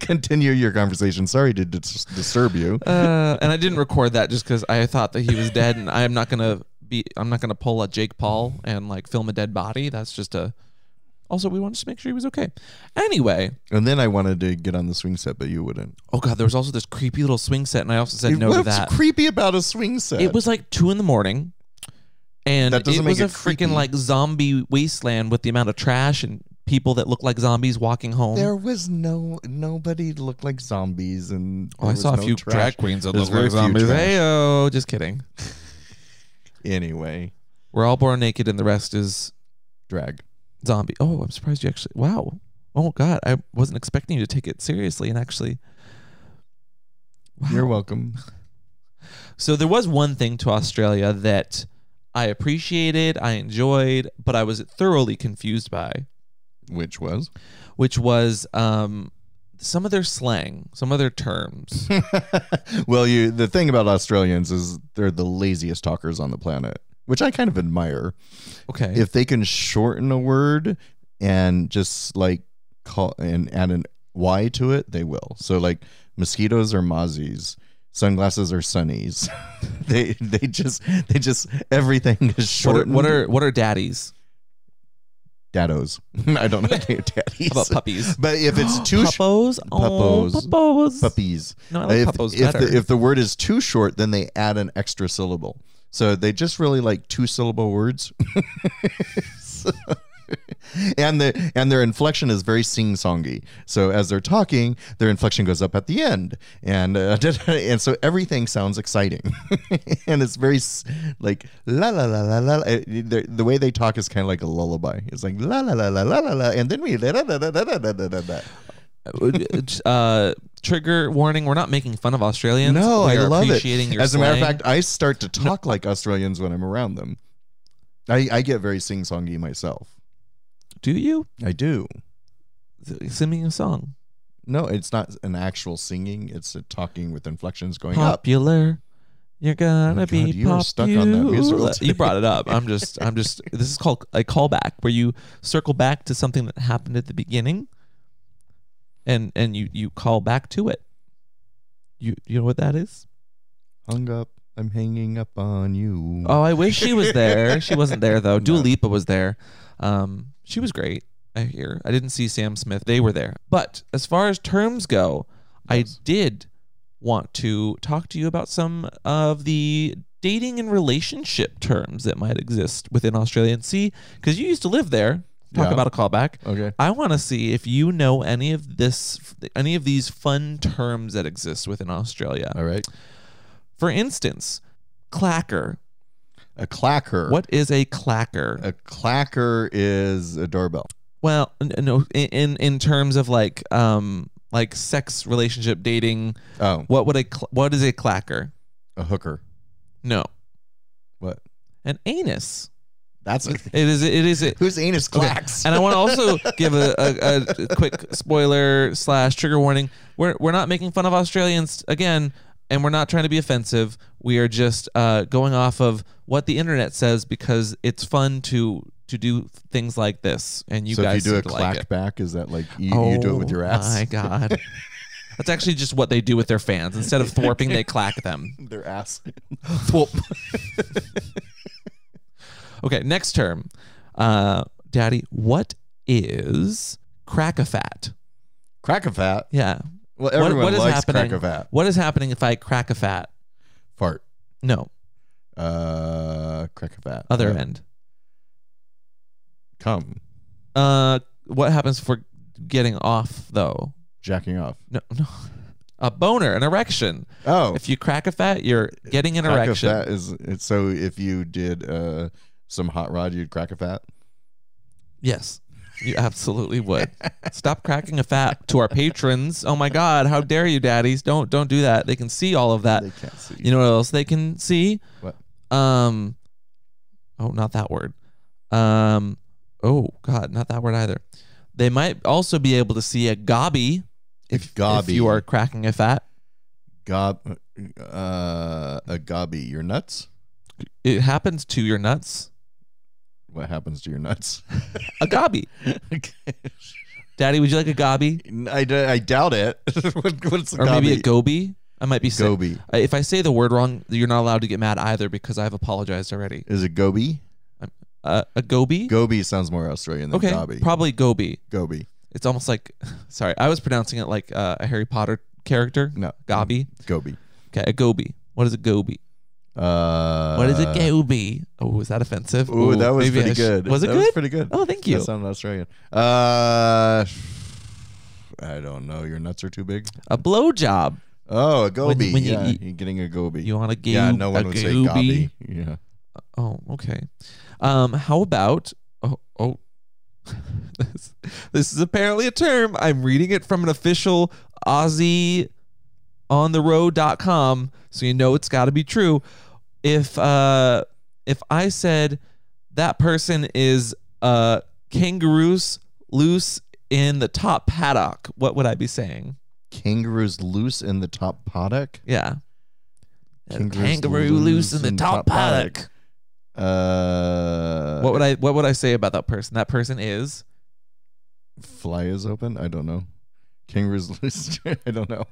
[SPEAKER 2] Continue your conversation. Sorry to dis- disturb you.
[SPEAKER 1] Uh, and I didn't record that just because I thought that he was dead, and I'm not gonna be, I'm not gonna pull a Jake Paul and like film a dead body. That's just a. Also, we wanted to make sure he was okay. Anyway,
[SPEAKER 2] And then I wanted to get on the swing set, but you wouldn't.
[SPEAKER 1] oh god, there was also this creepy little swing set, and I also said no to
[SPEAKER 2] What's
[SPEAKER 1] that.
[SPEAKER 2] creepy about a swing set?
[SPEAKER 1] It was like two in the morning, and
[SPEAKER 2] That doesn't
[SPEAKER 1] it
[SPEAKER 2] make
[SPEAKER 1] was
[SPEAKER 2] it
[SPEAKER 1] a
[SPEAKER 2] creepy.
[SPEAKER 1] freaking like zombie wasteland with the amount of trash and people that look like zombies walking home.
[SPEAKER 2] There was no nobody looked like zombies, and
[SPEAKER 1] oh, I saw a few drag queens that
[SPEAKER 2] There's
[SPEAKER 1] look like
[SPEAKER 2] very few
[SPEAKER 1] zombies.
[SPEAKER 2] trash.
[SPEAKER 1] Hey, oh, just kidding.
[SPEAKER 2] Anyway,
[SPEAKER 1] We're all born naked, and the rest is
[SPEAKER 2] drag.
[SPEAKER 1] zombie. Oh, I'm surprised you actually. Wow. Oh God, I wasn't expecting you to take it seriously, and actually. Wow.
[SPEAKER 2] You're welcome.
[SPEAKER 1] So there was one thing to Australia that I appreciated, I enjoyed, but I was thoroughly confused by.
[SPEAKER 2] Which was
[SPEAKER 1] which was um, some of their slang, some of their terms.
[SPEAKER 2] well, you. The thing about Australians is they're the laziest talkers on the planet, which I kind of admire.
[SPEAKER 1] Okay.
[SPEAKER 2] if they can shorten a word and just like call and add an y to it, they will. So like mosquitoes are mozzies, sunglasses are sunnies. they they just they just everything is
[SPEAKER 1] what, are,
[SPEAKER 2] shortened.
[SPEAKER 1] what are what are daddies?
[SPEAKER 2] daddos? I don't know they're
[SPEAKER 1] How about
[SPEAKER 2] daddies.
[SPEAKER 1] puppies?
[SPEAKER 2] But if it's too sh-
[SPEAKER 1] puppos, oh,
[SPEAKER 2] puppos.
[SPEAKER 1] puppos.
[SPEAKER 2] puppies,
[SPEAKER 1] No, I like
[SPEAKER 2] if,
[SPEAKER 1] puppos
[SPEAKER 2] if
[SPEAKER 1] better.
[SPEAKER 2] the, if the word is too short, then they add an extra syllable. So they just really like two syllable words. So- and the and their inflection is very sing songy. So as they're talking, their inflection goes up at the end, and uh, and so everything sounds exciting, and it's very s- like la la la la la. la. Uh, The, the way they talk is kind of like a lullaby. It's like la la la la la la la, and then we la la la la la la la la. la.
[SPEAKER 1] uh, trigger warning: We're not making fun of Australians.
[SPEAKER 2] No,
[SPEAKER 1] We
[SPEAKER 2] I
[SPEAKER 1] are
[SPEAKER 2] love it.
[SPEAKER 1] appreciating Your
[SPEAKER 2] As a matter of
[SPEAKER 1] slang.
[SPEAKER 2] fact, I start to talk like Australians when I'm around them. I, I get very sing songy myself.
[SPEAKER 1] do you
[SPEAKER 2] I do.
[SPEAKER 1] send me a song?
[SPEAKER 2] No, it's not an actual singing. It's a talking with inflections going up.
[SPEAKER 1] Popular. You're gonna
[SPEAKER 2] Oh my
[SPEAKER 1] be
[SPEAKER 2] God, you are stuck on that musical
[SPEAKER 1] popular. You brought it up. I'm just, I'm just. This is called a callback, where you circle back to something that happened at the beginning, and and you you call back to it. You you know what that is?
[SPEAKER 2] Hung up. I'm hanging up on you.
[SPEAKER 1] Oh, I wish she was there. She wasn't there though. Dua
[SPEAKER 2] No.
[SPEAKER 1] Lipa was there. Um, she was great. I hear. I didn't see Sam Smith. They were there. But as far as terms go,
[SPEAKER 2] Yes.
[SPEAKER 1] I did want to talk to you about some of the dating and relationship terms that might exist within Australia and see because you used to live there. Talk
[SPEAKER 2] Yeah.
[SPEAKER 1] about a callback.
[SPEAKER 2] Okay.
[SPEAKER 1] I want to see if you know any of this, any of these fun terms that exist within Australia.
[SPEAKER 2] All right.
[SPEAKER 1] For instance, clacker.
[SPEAKER 2] A clacker.
[SPEAKER 1] What is a clacker?
[SPEAKER 2] A clacker is a doorbell.
[SPEAKER 1] Well, n- no, in- in in terms of like um like sex relationship dating,
[SPEAKER 2] Oh,
[SPEAKER 1] what would a cl- what is a clacker?
[SPEAKER 2] a hooker.
[SPEAKER 1] No,
[SPEAKER 2] What?
[SPEAKER 1] an anus.
[SPEAKER 2] That's a,
[SPEAKER 1] It is it is it.
[SPEAKER 2] whose anus
[SPEAKER 1] Okay.
[SPEAKER 2] clacks.
[SPEAKER 1] And I want to also give a, a, a quick spoiler slash trigger warning. We're we're not making fun of Australians again, and we're not trying to be offensive. We are just uh, going off of what the internet says because it's fun to to do things like this. And you
[SPEAKER 2] so
[SPEAKER 1] guys
[SPEAKER 2] if you do
[SPEAKER 1] seem
[SPEAKER 2] a
[SPEAKER 1] to
[SPEAKER 2] clack
[SPEAKER 1] like it.
[SPEAKER 2] back, is that like you, you do it with your ass?
[SPEAKER 1] Oh my god. That's actually just what they do with their fans. Instead of thwarping, they clack them.
[SPEAKER 2] Their ass.
[SPEAKER 1] Thwop. okay, next term. Uh, Daddy, what is crack a fat?
[SPEAKER 2] Crack a fat.
[SPEAKER 1] Yeah.
[SPEAKER 2] Well,
[SPEAKER 1] What-
[SPEAKER 2] everyone
[SPEAKER 1] what is
[SPEAKER 2] likes
[SPEAKER 1] happening?
[SPEAKER 2] crack a fat.
[SPEAKER 1] What is happening if I crack a fat?
[SPEAKER 2] Fart.
[SPEAKER 1] No,
[SPEAKER 2] Uh, crack a fat.
[SPEAKER 1] other
[SPEAKER 2] Uh,
[SPEAKER 1] end.
[SPEAKER 2] Come.
[SPEAKER 1] Uh, what happens for getting off though?
[SPEAKER 2] Jacking off.
[SPEAKER 1] No, no. A boner, an erection.
[SPEAKER 2] Oh.
[SPEAKER 1] If you crack a fat, you're getting an
[SPEAKER 2] crack
[SPEAKER 1] erection.
[SPEAKER 2] a fat is it's so if you did uh some hot rod, you'd crack a fat.
[SPEAKER 1] Yes, you absolutely would. Stop cracking a fat to our patrons. Oh my God, how dare you, daddies? Don't don't do that. They can see all of that.
[SPEAKER 2] They can't see.
[SPEAKER 1] Uh, You know what else they can see?
[SPEAKER 2] What?
[SPEAKER 1] Um, oh, not that word. Um, oh God, not that word either. They might also be able to see a gobby if, if
[SPEAKER 2] gobby.
[SPEAKER 1] you are cracking a fat.
[SPEAKER 2] Gob, uh, a gobby. Your nuts.
[SPEAKER 1] It happens to your nuts.
[SPEAKER 2] What happens to your nuts?
[SPEAKER 1] A gobby. Daddy, would you like a gobby?
[SPEAKER 2] I, d- I doubt it. what, what's a
[SPEAKER 1] Or maybe a
[SPEAKER 2] gobby?
[SPEAKER 1] goby? I might be sick.
[SPEAKER 2] goby?
[SPEAKER 1] Uh, If I say the word wrong, you're not allowed to get mad either because I've apologized already.
[SPEAKER 2] Is it goby?
[SPEAKER 1] Uh, a goby?
[SPEAKER 2] Goby sounds more Australian than
[SPEAKER 1] okay,
[SPEAKER 2] gobby.
[SPEAKER 1] probably goby.
[SPEAKER 2] goby.
[SPEAKER 1] It's almost like, sorry, I was pronouncing it like uh, a Harry Potter character.
[SPEAKER 2] No.
[SPEAKER 1] Gobby.
[SPEAKER 2] Goby.
[SPEAKER 1] Okay, a goby. What is a goby?
[SPEAKER 2] Uh,
[SPEAKER 1] What is a goby? Oh, was that offensive?
[SPEAKER 2] Ooh, that was
[SPEAKER 1] maybe I
[SPEAKER 2] pretty
[SPEAKER 1] sh-
[SPEAKER 2] good.
[SPEAKER 1] Was it
[SPEAKER 2] that
[SPEAKER 1] good?
[SPEAKER 2] Was pretty good.
[SPEAKER 1] oh, thank you.
[SPEAKER 2] That sounded Australian. Uh, I don't know. Your nuts are too big.
[SPEAKER 1] a blowjob.
[SPEAKER 2] Oh, a goby.
[SPEAKER 1] when you
[SPEAKER 2] yeah,
[SPEAKER 1] eat-
[SPEAKER 2] you're getting a goby.
[SPEAKER 1] You want a goby?
[SPEAKER 2] yeah, no one
[SPEAKER 1] a
[SPEAKER 2] would say
[SPEAKER 1] goby?
[SPEAKER 2] goby. Yeah.
[SPEAKER 1] Oh, okay. Um, how about oh oh this, this is apparently a term. I'm reading it from an official Aussie on the road.com, so you know it's gotta be true. If uh if I said that person is uh kangaroos loose in the top paddock, what would I be saying?
[SPEAKER 2] Kangaroos loose in the top paddock.
[SPEAKER 1] Yeah.
[SPEAKER 2] Kangaroo's
[SPEAKER 1] Kangaroo loose in the top, paddock.
[SPEAKER 2] Uh,
[SPEAKER 1] What would I what would I say about that person? That person is
[SPEAKER 2] fly is open? I don't know. Kangaroos loose. I don't know.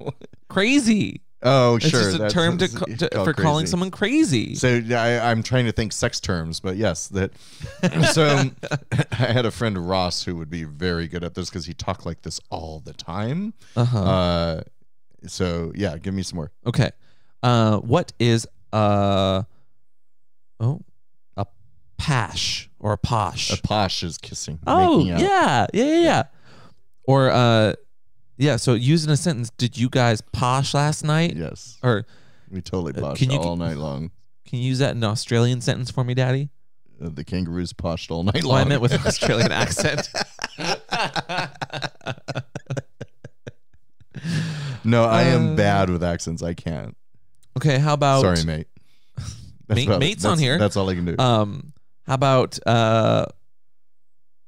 [SPEAKER 1] crazy.
[SPEAKER 2] Oh,
[SPEAKER 1] It's
[SPEAKER 2] sure.
[SPEAKER 1] just a
[SPEAKER 2] that's-
[SPEAKER 1] term to,
[SPEAKER 2] it's
[SPEAKER 1] ca- to-
[SPEAKER 2] called
[SPEAKER 1] for calling
[SPEAKER 2] crazy.
[SPEAKER 1] someone crazy.
[SPEAKER 2] So I, I'm trying to think sex terms, but yes, that. So I had a friend Ross who would be very good at this because he talked like this all the time.
[SPEAKER 1] Uh-huh.
[SPEAKER 2] Uh, so yeah, give me some more.
[SPEAKER 1] okay. Uh, what is uh oh a pash or a posh?
[SPEAKER 2] A posh is kissing.
[SPEAKER 1] oh
[SPEAKER 2] making out.
[SPEAKER 1] yeah. yeah, yeah, yeah. Or uh, yeah. So used in a sentence. Did you guys posh last night?
[SPEAKER 2] Yes,
[SPEAKER 1] Or
[SPEAKER 2] we totally
[SPEAKER 1] Uh,
[SPEAKER 2] poshed
[SPEAKER 1] can you-
[SPEAKER 2] all night long.
[SPEAKER 1] can you use that in an Australian sentence for me, Daddy?
[SPEAKER 2] Uh, the kangaroos poshed all night
[SPEAKER 1] Well,
[SPEAKER 2] long.
[SPEAKER 1] I meant with an Australian accent.
[SPEAKER 2] no, I am
[SPEAKER 1] Uh,
[SPEAKER 2] bad with accents. I can't.
[SPEAKER 1] Okay, how about
[SPEAKER 2] Sorry, mate. That's
[SPEAKER 1] Mate-
[SPEAKER 2] about-
[SPEAKER 1] mate's on
[SPEAKER 2] that's-
[SPEAKER 1] here.
[SPEAKER 2] That's all I can do.
[SPEAKER 1] Um, how about uh,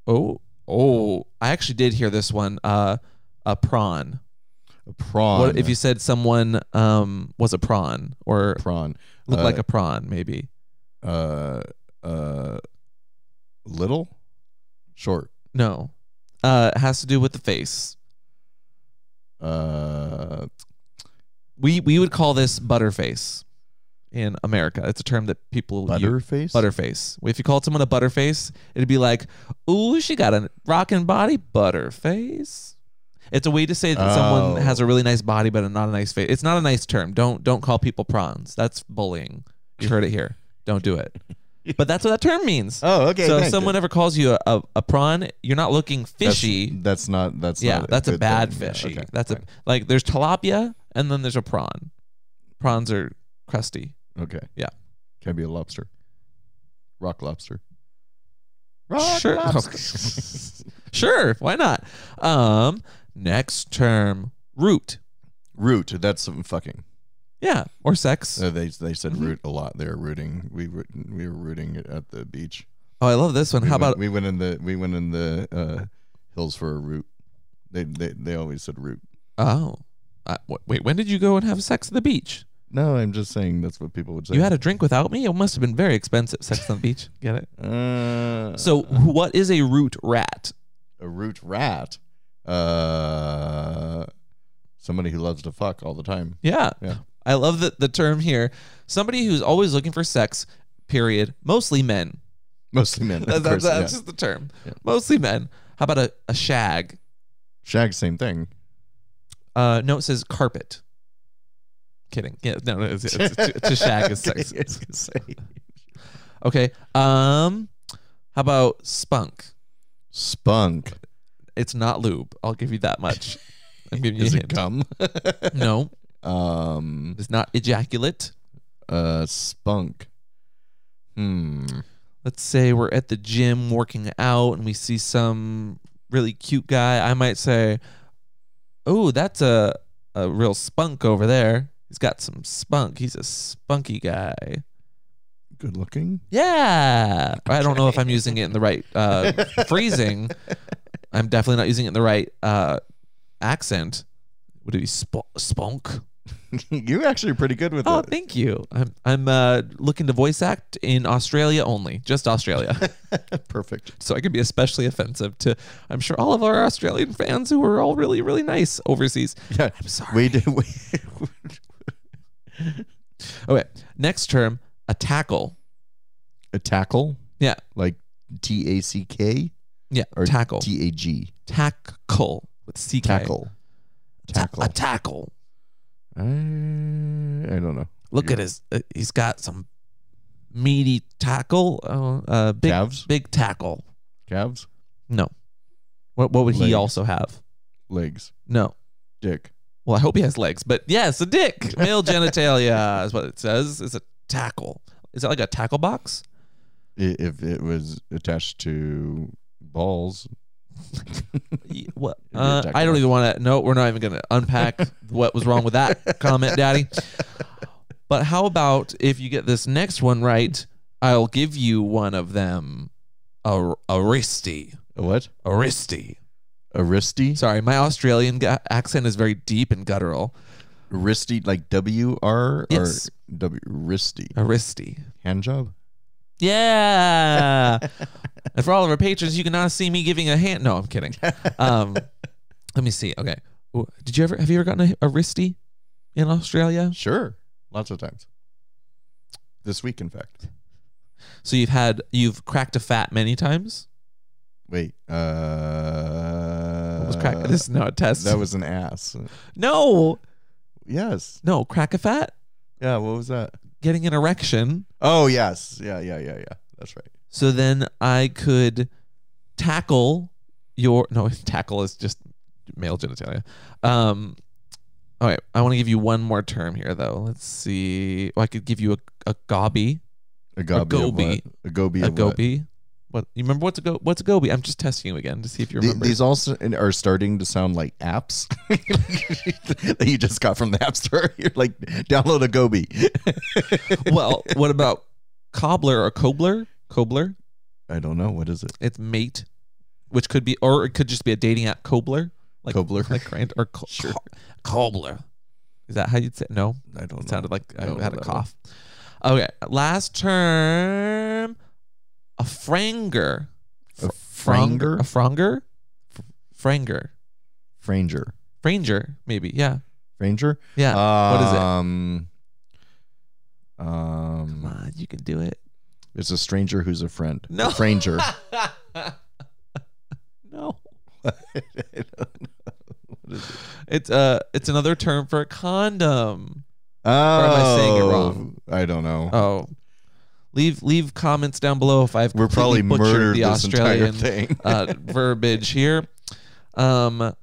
[SPEAKER 1] oh oh, I actually did hear this one. Uh, a prawn.
[SPEAKER 2] prawn.
[SPEAKER 1] What if you said someone um was a prawn or
[SPEAKER 2] prawn?
[SPEAKER 1] looked
[SPEAKER 2] Uh,
[SPEAKER 1] like a prawn? Maybe
[SPEAKER 2] uh, uh, little, short,
[SPEAKER 1] no. Uh, it has to do with the face.
[SPEAKER 2] uh,
[SPEAKER 1] We we would call this butterface in America. It's a term that people use.
[SPEAKER 2] butterface,
[SPEAKER 1] Butterface. If you called someone a butterface, it'd be like, "Ooh, she got a rockin' body, butterface." It's a way to say that someone
[SPEAKER 2] Oh.
[SPEAKER 1] has a really nice body but not a nice face. It's not a nice term. Don't don't call people prawns. That's bullying. You heard it here. Don't do it. But that's what that term means.
[SPEAKER 2] Oh, okay.
[SPEAKER 1] so if
[SPEAKER 2] thank
[SPEAKER 1] someone
[SPEAKER 2] you.
[SPEAKER 1] ever calls you a, a, a prawn, you're not looking
[SPEAKER 2] That's-
[SPEAKER 1] fishy.
[SPEAKER 2] That's, not. That's
[SPEAKER 1] yeah,
[SPEAKER 2] not
[SPEAKER 1] that's a
[SPEAKER 2] good
[SPEAKER 1] bad
[SPEAKER 2] thing. Yeah,
[SPEAKER 1] fishy.
[SPEAKER 2] okay,
[SPEAKER 1] that's
[SPEAKER 2] fine.
[SPEAKER 1] a like there's tilapia and then there's a prawn. Prawns are crusty.
[SPEAKER 2] okay.
[SPEAKER 1] Yeah.
[SPEAKER 2] can be a lobster, rock lobster.
[SPEAKER 1] Sure. Sure, why not? Um, next term, root.
[SPEAKER 2] root. That's some fucking.
[SPEAKER 1] Yeah, or sex.
[SPEAKER 2] Uh, they they said
[SPEAKER 1] Mhm.
[SPEAKER 2] root a lot. They were rooting. We were we were rooting at the beach.
[SPEAKER 1] Oh, I love this one.
[SPEAKER 2] We
[SPEAKER 1] How
[SPEAKER 2] went-
[SPEAKER 1] about
[SPEAKER 2] we went in the we went in the uh, hills for a root. They they they always said root.
[SPEAKER 1] oh, uh, wh- wait, when did you go and have sex at the beach?
[SPEAKER 2] No, I'm just saying that's what people would say.
[SPEAKER 1] You had a drink without me. It must have been very expensive. Sex on the beach. Get it?
[SPEAKER 2] Uh,
[SPEAKER 1] So, what is a root rat?
[SPEAKER 2] a root rat, uh, somebody who loves to fuck all the time.
[SPEAKER 1] Yeah.
[SPEAKER 2] Yeah.
[SPEAKER 1] I love the, the term here. Somebody who's always looking for sex, period. Mostly men.
[SPEAKER 2] Mostly men.
[SPEAKER 1] That-
[SPEAKER 2] Of
[SPEAKER 1] that-
[SPEAKER 2] course, yeah.
[SPEAKER 1] that's just the term.
[SPEAKER 2] Yeah.
[SPEAKER 1] Mostly men. How about a, a shag?
[SPEAKER 2] Shag, same thing.
[SPEAKER 1] Uh, no, it says carpet. Kidding. Yeah, no, no it's, it's, it's, it's a shag is sex.
[SPEAKER 2] Okay, I was gonna say.
[SPEAKER 1] Okay. Um, how about spunk?
[SPEAKER 2] Spunk.
[SPEAKER 1] It's not lube. I'll give you that much. I'm giving you a
[SPEAKER 2] Is it
[SPEAKER 1] hint.
[SPEAKER 2] gum?
[SPEAKER 1] No,
[SPEAKER 2] um,
[SPEAKER 1] it's not ejaculate.
[SPEAKER 2] uh, spunk. Hmm.
[SPEAKER 1] let's say we're at the gym working out and we see some really cute guy, I might say, "Oh, that's a a real spunk over there. He's got some spunk. He's a spunky guy."
[SPEAKER 2] Good looking.
[SPEAKER 1] Yeah. I don't know if I'm using it in the right uh, phrasing. I'm definitely not using it in the right uh, accent. Would it be sp- spunk?
[SPEAKER 2] You're actually pretty good with
[SPEAKER 1] Oh,
[SPEAKER 2] it.
[SPEAKER 1] thank you. I'm I'm uh, looking to voice act in Australia only, just Australia,
[SPEAKER 2] Perfect.
[SPEAKER 1] so I could be especially offensive to I'm sure all of our Australian fans who are all really really nice overseas.
[SPEAKER 2] Yeah.
[SPEAKER 1] I'm sorry.
[SPEAKER 2] We did. We,
[SPEAKER 1] Okay, next term, a tackle.
[SPEAKER 2] a tackle.
[SPEAKER 1] Yeah.
[SPEAKER 2] Like T A C K
[SPEAKER 1] Yeah,
[SPEAKER 2] Or
[SPEAKER 1] tackle,
[SPEAKER 2] T A G.
[SPEAKER 1] tackle with ck.
[SPEAKER 2] Tackle.
[SPEAKER 1] Ta-
[SPEAKER 2] Tackle.
[SPEAKER 1] a tackle.
[SPEAKER 2] Uh, I don't know.
[SPEAKER 1] Look at his. Uh, he's got some meaty tackle. Uh, uh, big
[SPEAKER 2] Calves?
[SPEAKER 1] big tackle.
[SPEAKER 2] Calves,
[SPEAKER 1] No. What what would he
[SPEAKER 2] Legs.
[SPEAKER 1] also have?
[SPEAKER 2] legs,
[SPEAKER 1] No.
[SPEAKER 2] dick.
[SPEAKER 1] Well, I hope he has legs, but yes, a dick. Male genitalia is what it says. It's a tackle. Is that like a tackle box?
[SPEAKER 2] I- If it was attached to balls,
[SPEAKER 1] Y- What?
[SPEAKER 2] It'd be a
[SPEAKER 1] Uh,
[SPEAKER 2] tackle
[SPEAKER 1] I don't
[SPEAKER 2] box.
[SPEAKER 1] even want to. No, we're not even going to unpack what was wrong with that comment, Daddy. But how about if you get this next one right, I'll give you one of them. A, a wristy.
[SPEAKER 2] a what?
[SPEAKER 1] A wristy.
[SPEAKER 2] A wristy?
[SPEAKER 1] Sorry, my Australian ga- accent is very deep and guttural.
[SPEAKER 2] Wristy, like W R or
[SPEAKER 1] Yes.
[SPEAKER 2] W wristy.
[SPEAKER 1] A wristy.
[SPEAKER 2] Hand job?
[SPEAKER 1] Yeah. and for all of our patrons, you can now see me giving a hand. No, I'm kidding. Um, let me see. Okay. Ooh, Did you ever have you ever gotten a, a wristy in Australia?
[SPEAKER 2] Sure. Lots of times. This week, in fact.
[SPEAKER 1] So you've had you've cracked a fat many times.
[SPEAKER 2] Wait. Uh,
[SPEAKER 1] What was crack? this is not a test.
[SPEAKER 2] That was an ass.
[SPEAKER 1] no,
[SPEAKER 2] Yes.
[SPEAKER 1] no, crack a fat,
[SPEAKER 2] Yeah. What was that?
[SPEAKER 1] getting an erection.
[SPEAKER 2] Oh, yes. Yeah, yeah, yeah, yeah. That's right.
[SPEAKER 1] So then I could tackle your no tackle is just male genitalia. Um, all right, I want to give you one more term here though. Let's see. Oh, I could give you a a gobby,
[SPEAKER 2] A goby. of
[SPEAKER 1] goby.
[SPEAKER 2] what? A goby.
[SPEAKER 1] a
[SPEAKER 2] of what?
[SPEAKER 1] goby. What you remember? What's a go? What's a goby? I'm just testing you again to see if you
[SPEAKER 2] The-
[SPEAKER 1] remember.
[SPEAKER 2] these also are starting to sound like apps that you just got from the app store. You're like, download a Gobi.
[SPEAKER 1] well, what about cobbler or cobler? Cobler.
[SPEAKER 2] I don't know. What is it?
[SPEAKER 1] It's mate, which could be, or it could just be a dating app. Cobler, like
[SPEAKER 2] Cobbler.
[SPEAKER 1] like grand or co-
[SPEAKER 2] Sure.
[SPEAKER 1] co- cobbler. Is that how you'd say? No,
[SPEAKER 2] I don't know.
[SPEAKER 1] It sounded like I
[SPEAKER 2] No,
[SPEAKER 1] had a
[SPEAKER 2] no.
[SPEAKER 1] cough. Okay, last term, a franger.
[SPEAKER 2] A
[SPEAKER 1] Fr-
[SPEAKER 2] franger?
[SPEAKER 1] A franger? Franger.
[SPEAKER 2] Franger.
[SPEAKER 1] Franger, maybe. Yeah.
[SPEAKER 2] Franger?
[SPEAKER 1] Yeah. what is it?
[SPEAKER 2] Um,
[SPEAKER 1] Come
[SPEAKER 2] um,
[SPEAKER 1] on, you can do it.
[SPEAKER 2] it's a stranger who's a friend.
[SPEAKER 1] No.
[SPEAKER 2] A franger.
[SPEAKER 1] no.
[SPEAKER 2] What is it?
[SPEAKER 1] It's uh it's another term for a condom.
[SPEAKER 2] Oh,
[SPEAKER 1] I saying it wrong?
[SPEAKER 2] I don't know.
[SPEAKER 1] Oh. Leave leave comments down below if I've
[SPEAKER 2] We're probably
[SPEAKER 1] completely butchered
[SPEAKER 2] murdered
[SPEAKER 1] the
[SPEAKER 2] this entire
[SPEAKER 1] Australian
[SPEAKER 2] thing.
[SPEAKER 1] uh, verbiage here. Um,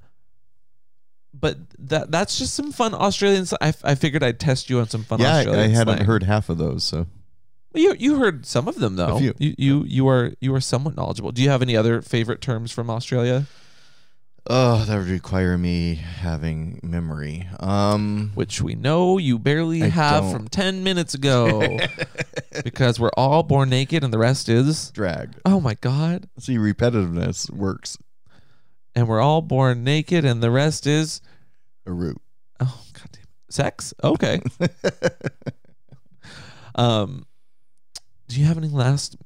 [SPEAKER 1] but that that's just some fun Australian. sl- I, I figured I'd test you on some fun
[SPEAKER 2] yeah, I, I
[SPEAKER 1] Australian.
[SPEAKER 2] hadn't
[SPEAKER 1] slang.
[SPEAKER 2] heard half of those. So
[SPEAKER 1] You you heard some of them though.
[SPEAKER 2] A few.
[SPEAKER 1] You you you are you are somewhat knowledgeable. Do you have any other favorite terms from Australia?
[SPEAKER 2] Oh, that would require me having memory. Um,
[SPEAKER 1] Which we know you barely
[SPEAKER 2] I
[SPEAKER 1] have
[SPEAKER 2] don't.
[SPEAKER 1] from ten minutes ago, because we're all born naked and the rest is.
[SPEAKER 2] drag.
[SPEAKER 1] Oh my god!
[SPEAKER 2] See, repetitiveness works.
[SPEAKER 1] And we're all born naked and the rest is.
[SPEAKER 2] A root.
[SPEAKER 1] Oh god damn. it. Sex. Okay. Um, do you have any last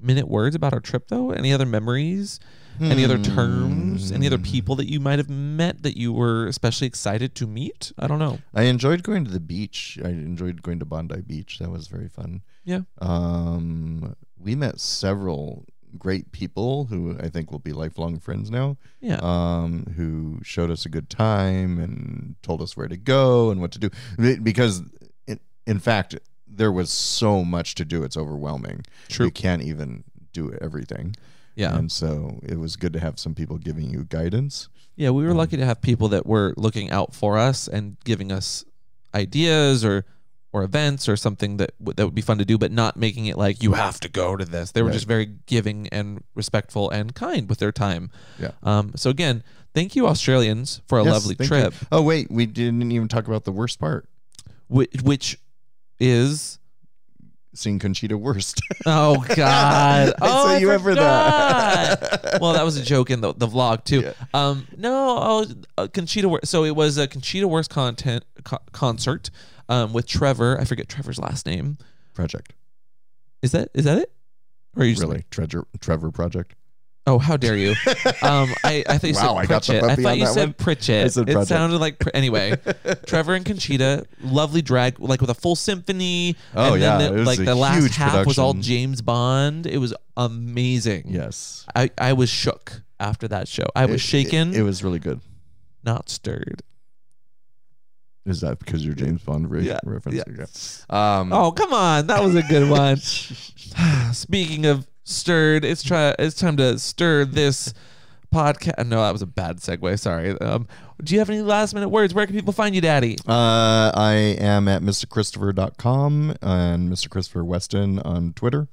[SPEAKER 1] minute words about our trip though? Any other memories? Any other terms? Any other
[SPEAKER 2] Hmm.
[SPEAKER 1] people that you might have met that you were especially excited to meet? I don't know.
[SPEAKER 2] I enjoyed going to the beach. I enjoyed going to Bondi Beach. That was very fun.
[SPEAKER 1] Yeah.
[SPEAKER 2] Um, we met several great people who I think will be lifelong friends now.
[SPEAKER 1] Yeah.
[SPEAKER 2] um, who showed us a good time and told us where to go and what to do. Be- Because, in, in fact, there was so much to do; it's overwhelming.
[SPEAKER 1] True.
[SPEAKER 2] You can't even do everything,
[SPEAKER 1] yeah.
[SPEAKER 2] and so it was good to have some people giving you guidance.
[SPEAKER 1] Yeah. We
[SPEAKER 2] Um,
[SPEAKER 1] were lucky to have people that were looking out for us and giving us ideas or or events or something that w- that would be fun to do, but not making it like you have to go to this. They were
[SPEAKER 2] Right.
[SPEAKER 1] just very giving and respectful and kind with their time.
[SPEAKER 2] Yeah.
[SPEAKER 1] Um. So again, thank you Australians for a
[SPEAKER 2] Yes,
[SPEAKER 1] lovely
[SPEAKER 2] thank
[SPEAKER 1] trip,
[SPEAKER 2] you. Oh wait, we didn't even talk about the worst part.
[SPEAKER 1] which, which is
[SPEAKER 2] Seeing Conchita worst.
[SPEAKER 1] oh god.
[SPEAKER 2] I
[SPEAKER 1] oh,
[SPEAKER 2] saw
[SPEAKER 1] I
[SPEAKER 2] you ever
[SPEAKER 1] forgot.
[SPEAKER 2] that.
[SPEAKER 1] well, that was a joke in the, the vlog too.
[SPEAKER 2] Yeah.
[SPEAKER 1] Um, no, oh, uh, Conchita. Wur- So it was a Conchita Wurst content co- concert um, with Trevor. I forget Trevor's last name.
[SPEAKER 2] project.
[SPEAKER 1] Is that is that it? Or are you just-
[SPEAKER 2] Really, Treasure Trevor Project.
[SPEAKER 1] Oh, how dare you? um, I, I thought you said
[SPEAKER 2] Wow, I got the
[SPEAKER 1] Pritchett. I,
[SPEAKER 2] puppy
[SPEAKER 1] thought
[SPEAKER 2] on
[SPEAKER 1] you
[SPEAKER 2] that
[SPEAKER 1] said
[SPEAKER 2] one.
[SPEAKER 1] Pritchett.
[SPEAKER 2] I said
[SPEAKER 1] it
[SPEAKER 2] Project.
[SPEAKER 1] sounded like Pr- anyway. Trevor and Conchita, lovely drag, like with a full symphony.
[SPEAKER 2] Oh,
[SPEAKER 1] and
[SPEAKER 2] yeah,
[SPEAKER 1] then
[SPEAKER 2] it
[SPEAKER 1] the,
[SPEAKER 2] was
[SPEAKER 1] like
[SPEAKER 2] a
[SPEAKER 1] the last
[SPEAKER 2] huge
[SPEAKER 1] half was all
[SPEAKER 2] production.
[SPEAKER 1] James Bond. It was amazing.
[SPEAKER 2] yes.
[SPEAKER 1] I, I was shook after that show. I was
[SPEAKER 2] It-
[SPEAKER 1] shaken,
[SPEAKER 2] It, it was really good.
[SPEAKER 1] not stirred.
[SPEAKER 2] Is that because your James Bond re-
[SPEAKER 1] Yeah,
[SPEAKER 2] reference?
[SPEAKER 1] yeah.
[SPEAKER 2] Okay. Um,
[SPEAKER 1] Oh, come on. That was a good one. Speaking of stirred, it's try it's time to stir this podcast. No, that was a bad segue. Sorry. Um, do you have any last minute words? Where can people find you, Daddy?
[SPEAKER 2] Uh, I am at mrchristopher.com and Mr. Christopher Weston on Twitter.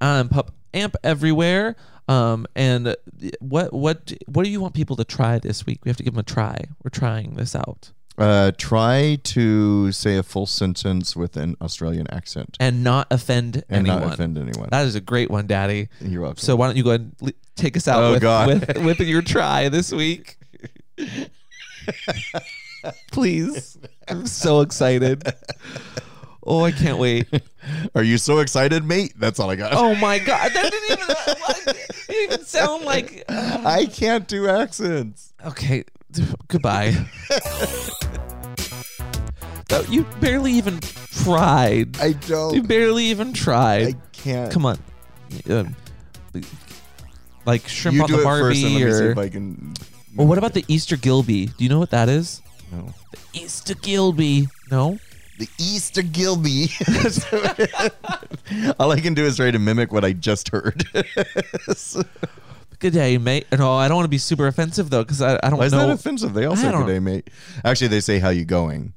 [SPEAKER 1] Um, Pup Amp everywhere. Um, and what what what do you want people to try this week? We have to give them a try. We're trying this out
[SPEAKER 2] Uh, try to say a full sentence with an Australian accent
[SPEAKER 1] and not offend
[SPEAKER 2] and
[SPEAKER 1] anyone.
[SPEAKER 2] not offend anyone.
[SPEAKER 1] That is a great one, Daddy.
[SPEAKER 2] You're welcome.
[SPEAKER 1] So why don't you go ahead and le- take us out
[SPEAKER 2] Oh,
[SPEAKER 1] with,
[SPEAKER 2] God.
[SPEAKER 1] with with your try this week? Please. I'm so excited. Oh, I can't wait.
[SPEAKER 2] Are you so excited, mate? That's all I got.
[SPEAKER 1] Oh my god. That didn't even it didn't even sound like uh, oh,
[SPEAKER 2] I can't do accents.
[SPEAKER 1] Okay. Goodbye. Oh, you barely even tried.
[SPEAKER 2] I
[SPEAKER 1] You
[SPEAKER 2] don't.
[SPEAKER 1] barely even tried.
[SPEAKER 2] I can't.
[SPEAKER 1] Come on. Um, like shrimp
[SPEAKER 2] you
[SPEAKER 1] on
[SPEAKER 2] do
[SPEAKER 1] the
[SPEAKER 2] it first, and
[SPEAKER 1] Barbie
[SPEAKER 2] let me see
[SPEAKER 1] or
[SPEAKER 2] if I can.
[SPEAKER 1] Well, what about the Easter Gilby? Do you know what that is?
[SPEAKER 2] No.
[SPEAKER 1] Easter Gilby. No.
[SPEAKER 2] the Easter Gilby? all I can do is try to mimic what I just heard.
[SPEAKER 1] Good day, mate. No, I don't want to be super offensive though, because I, I don't
[SPEAKER 2] Why is
[SPEAKER 1] know
[SPEAKER 2] that offensive? They all
[SPEAKER 1] I
[SPEAKER 2] say
[SPEAKER 1] don't-
[SPEAKER 2] "Good day, mate." Actually, they say "How you going."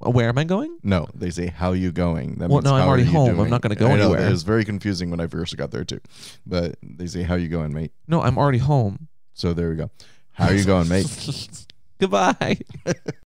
[SPEAKER 1] where am I going.
[SPEAKER 2] No, they say "How you going." That
[SPEAKER 1] Well,
[SPEAKER 2] means,
[SPEAKER 1] no, I'm
[SPEAKER 2] "How are
[SPEAKER 1] already
[SPEAKER 2] you
[SPEAKER 1] home. I'm
[SPEAKER 2] doing?"
[SPEAKER 1] not gonna go
[SPEAKER 2] I know,
[SPEAKER 1] anywhere.
[SPEAKER 2] It was very confusing when I first got there too, but they say "How you going, mate."
[SPEAKER 1] No, I'm already home.
[SPEAKER 2] So there we go. How you going, mate?
[SPEAKER 1] Goodbye.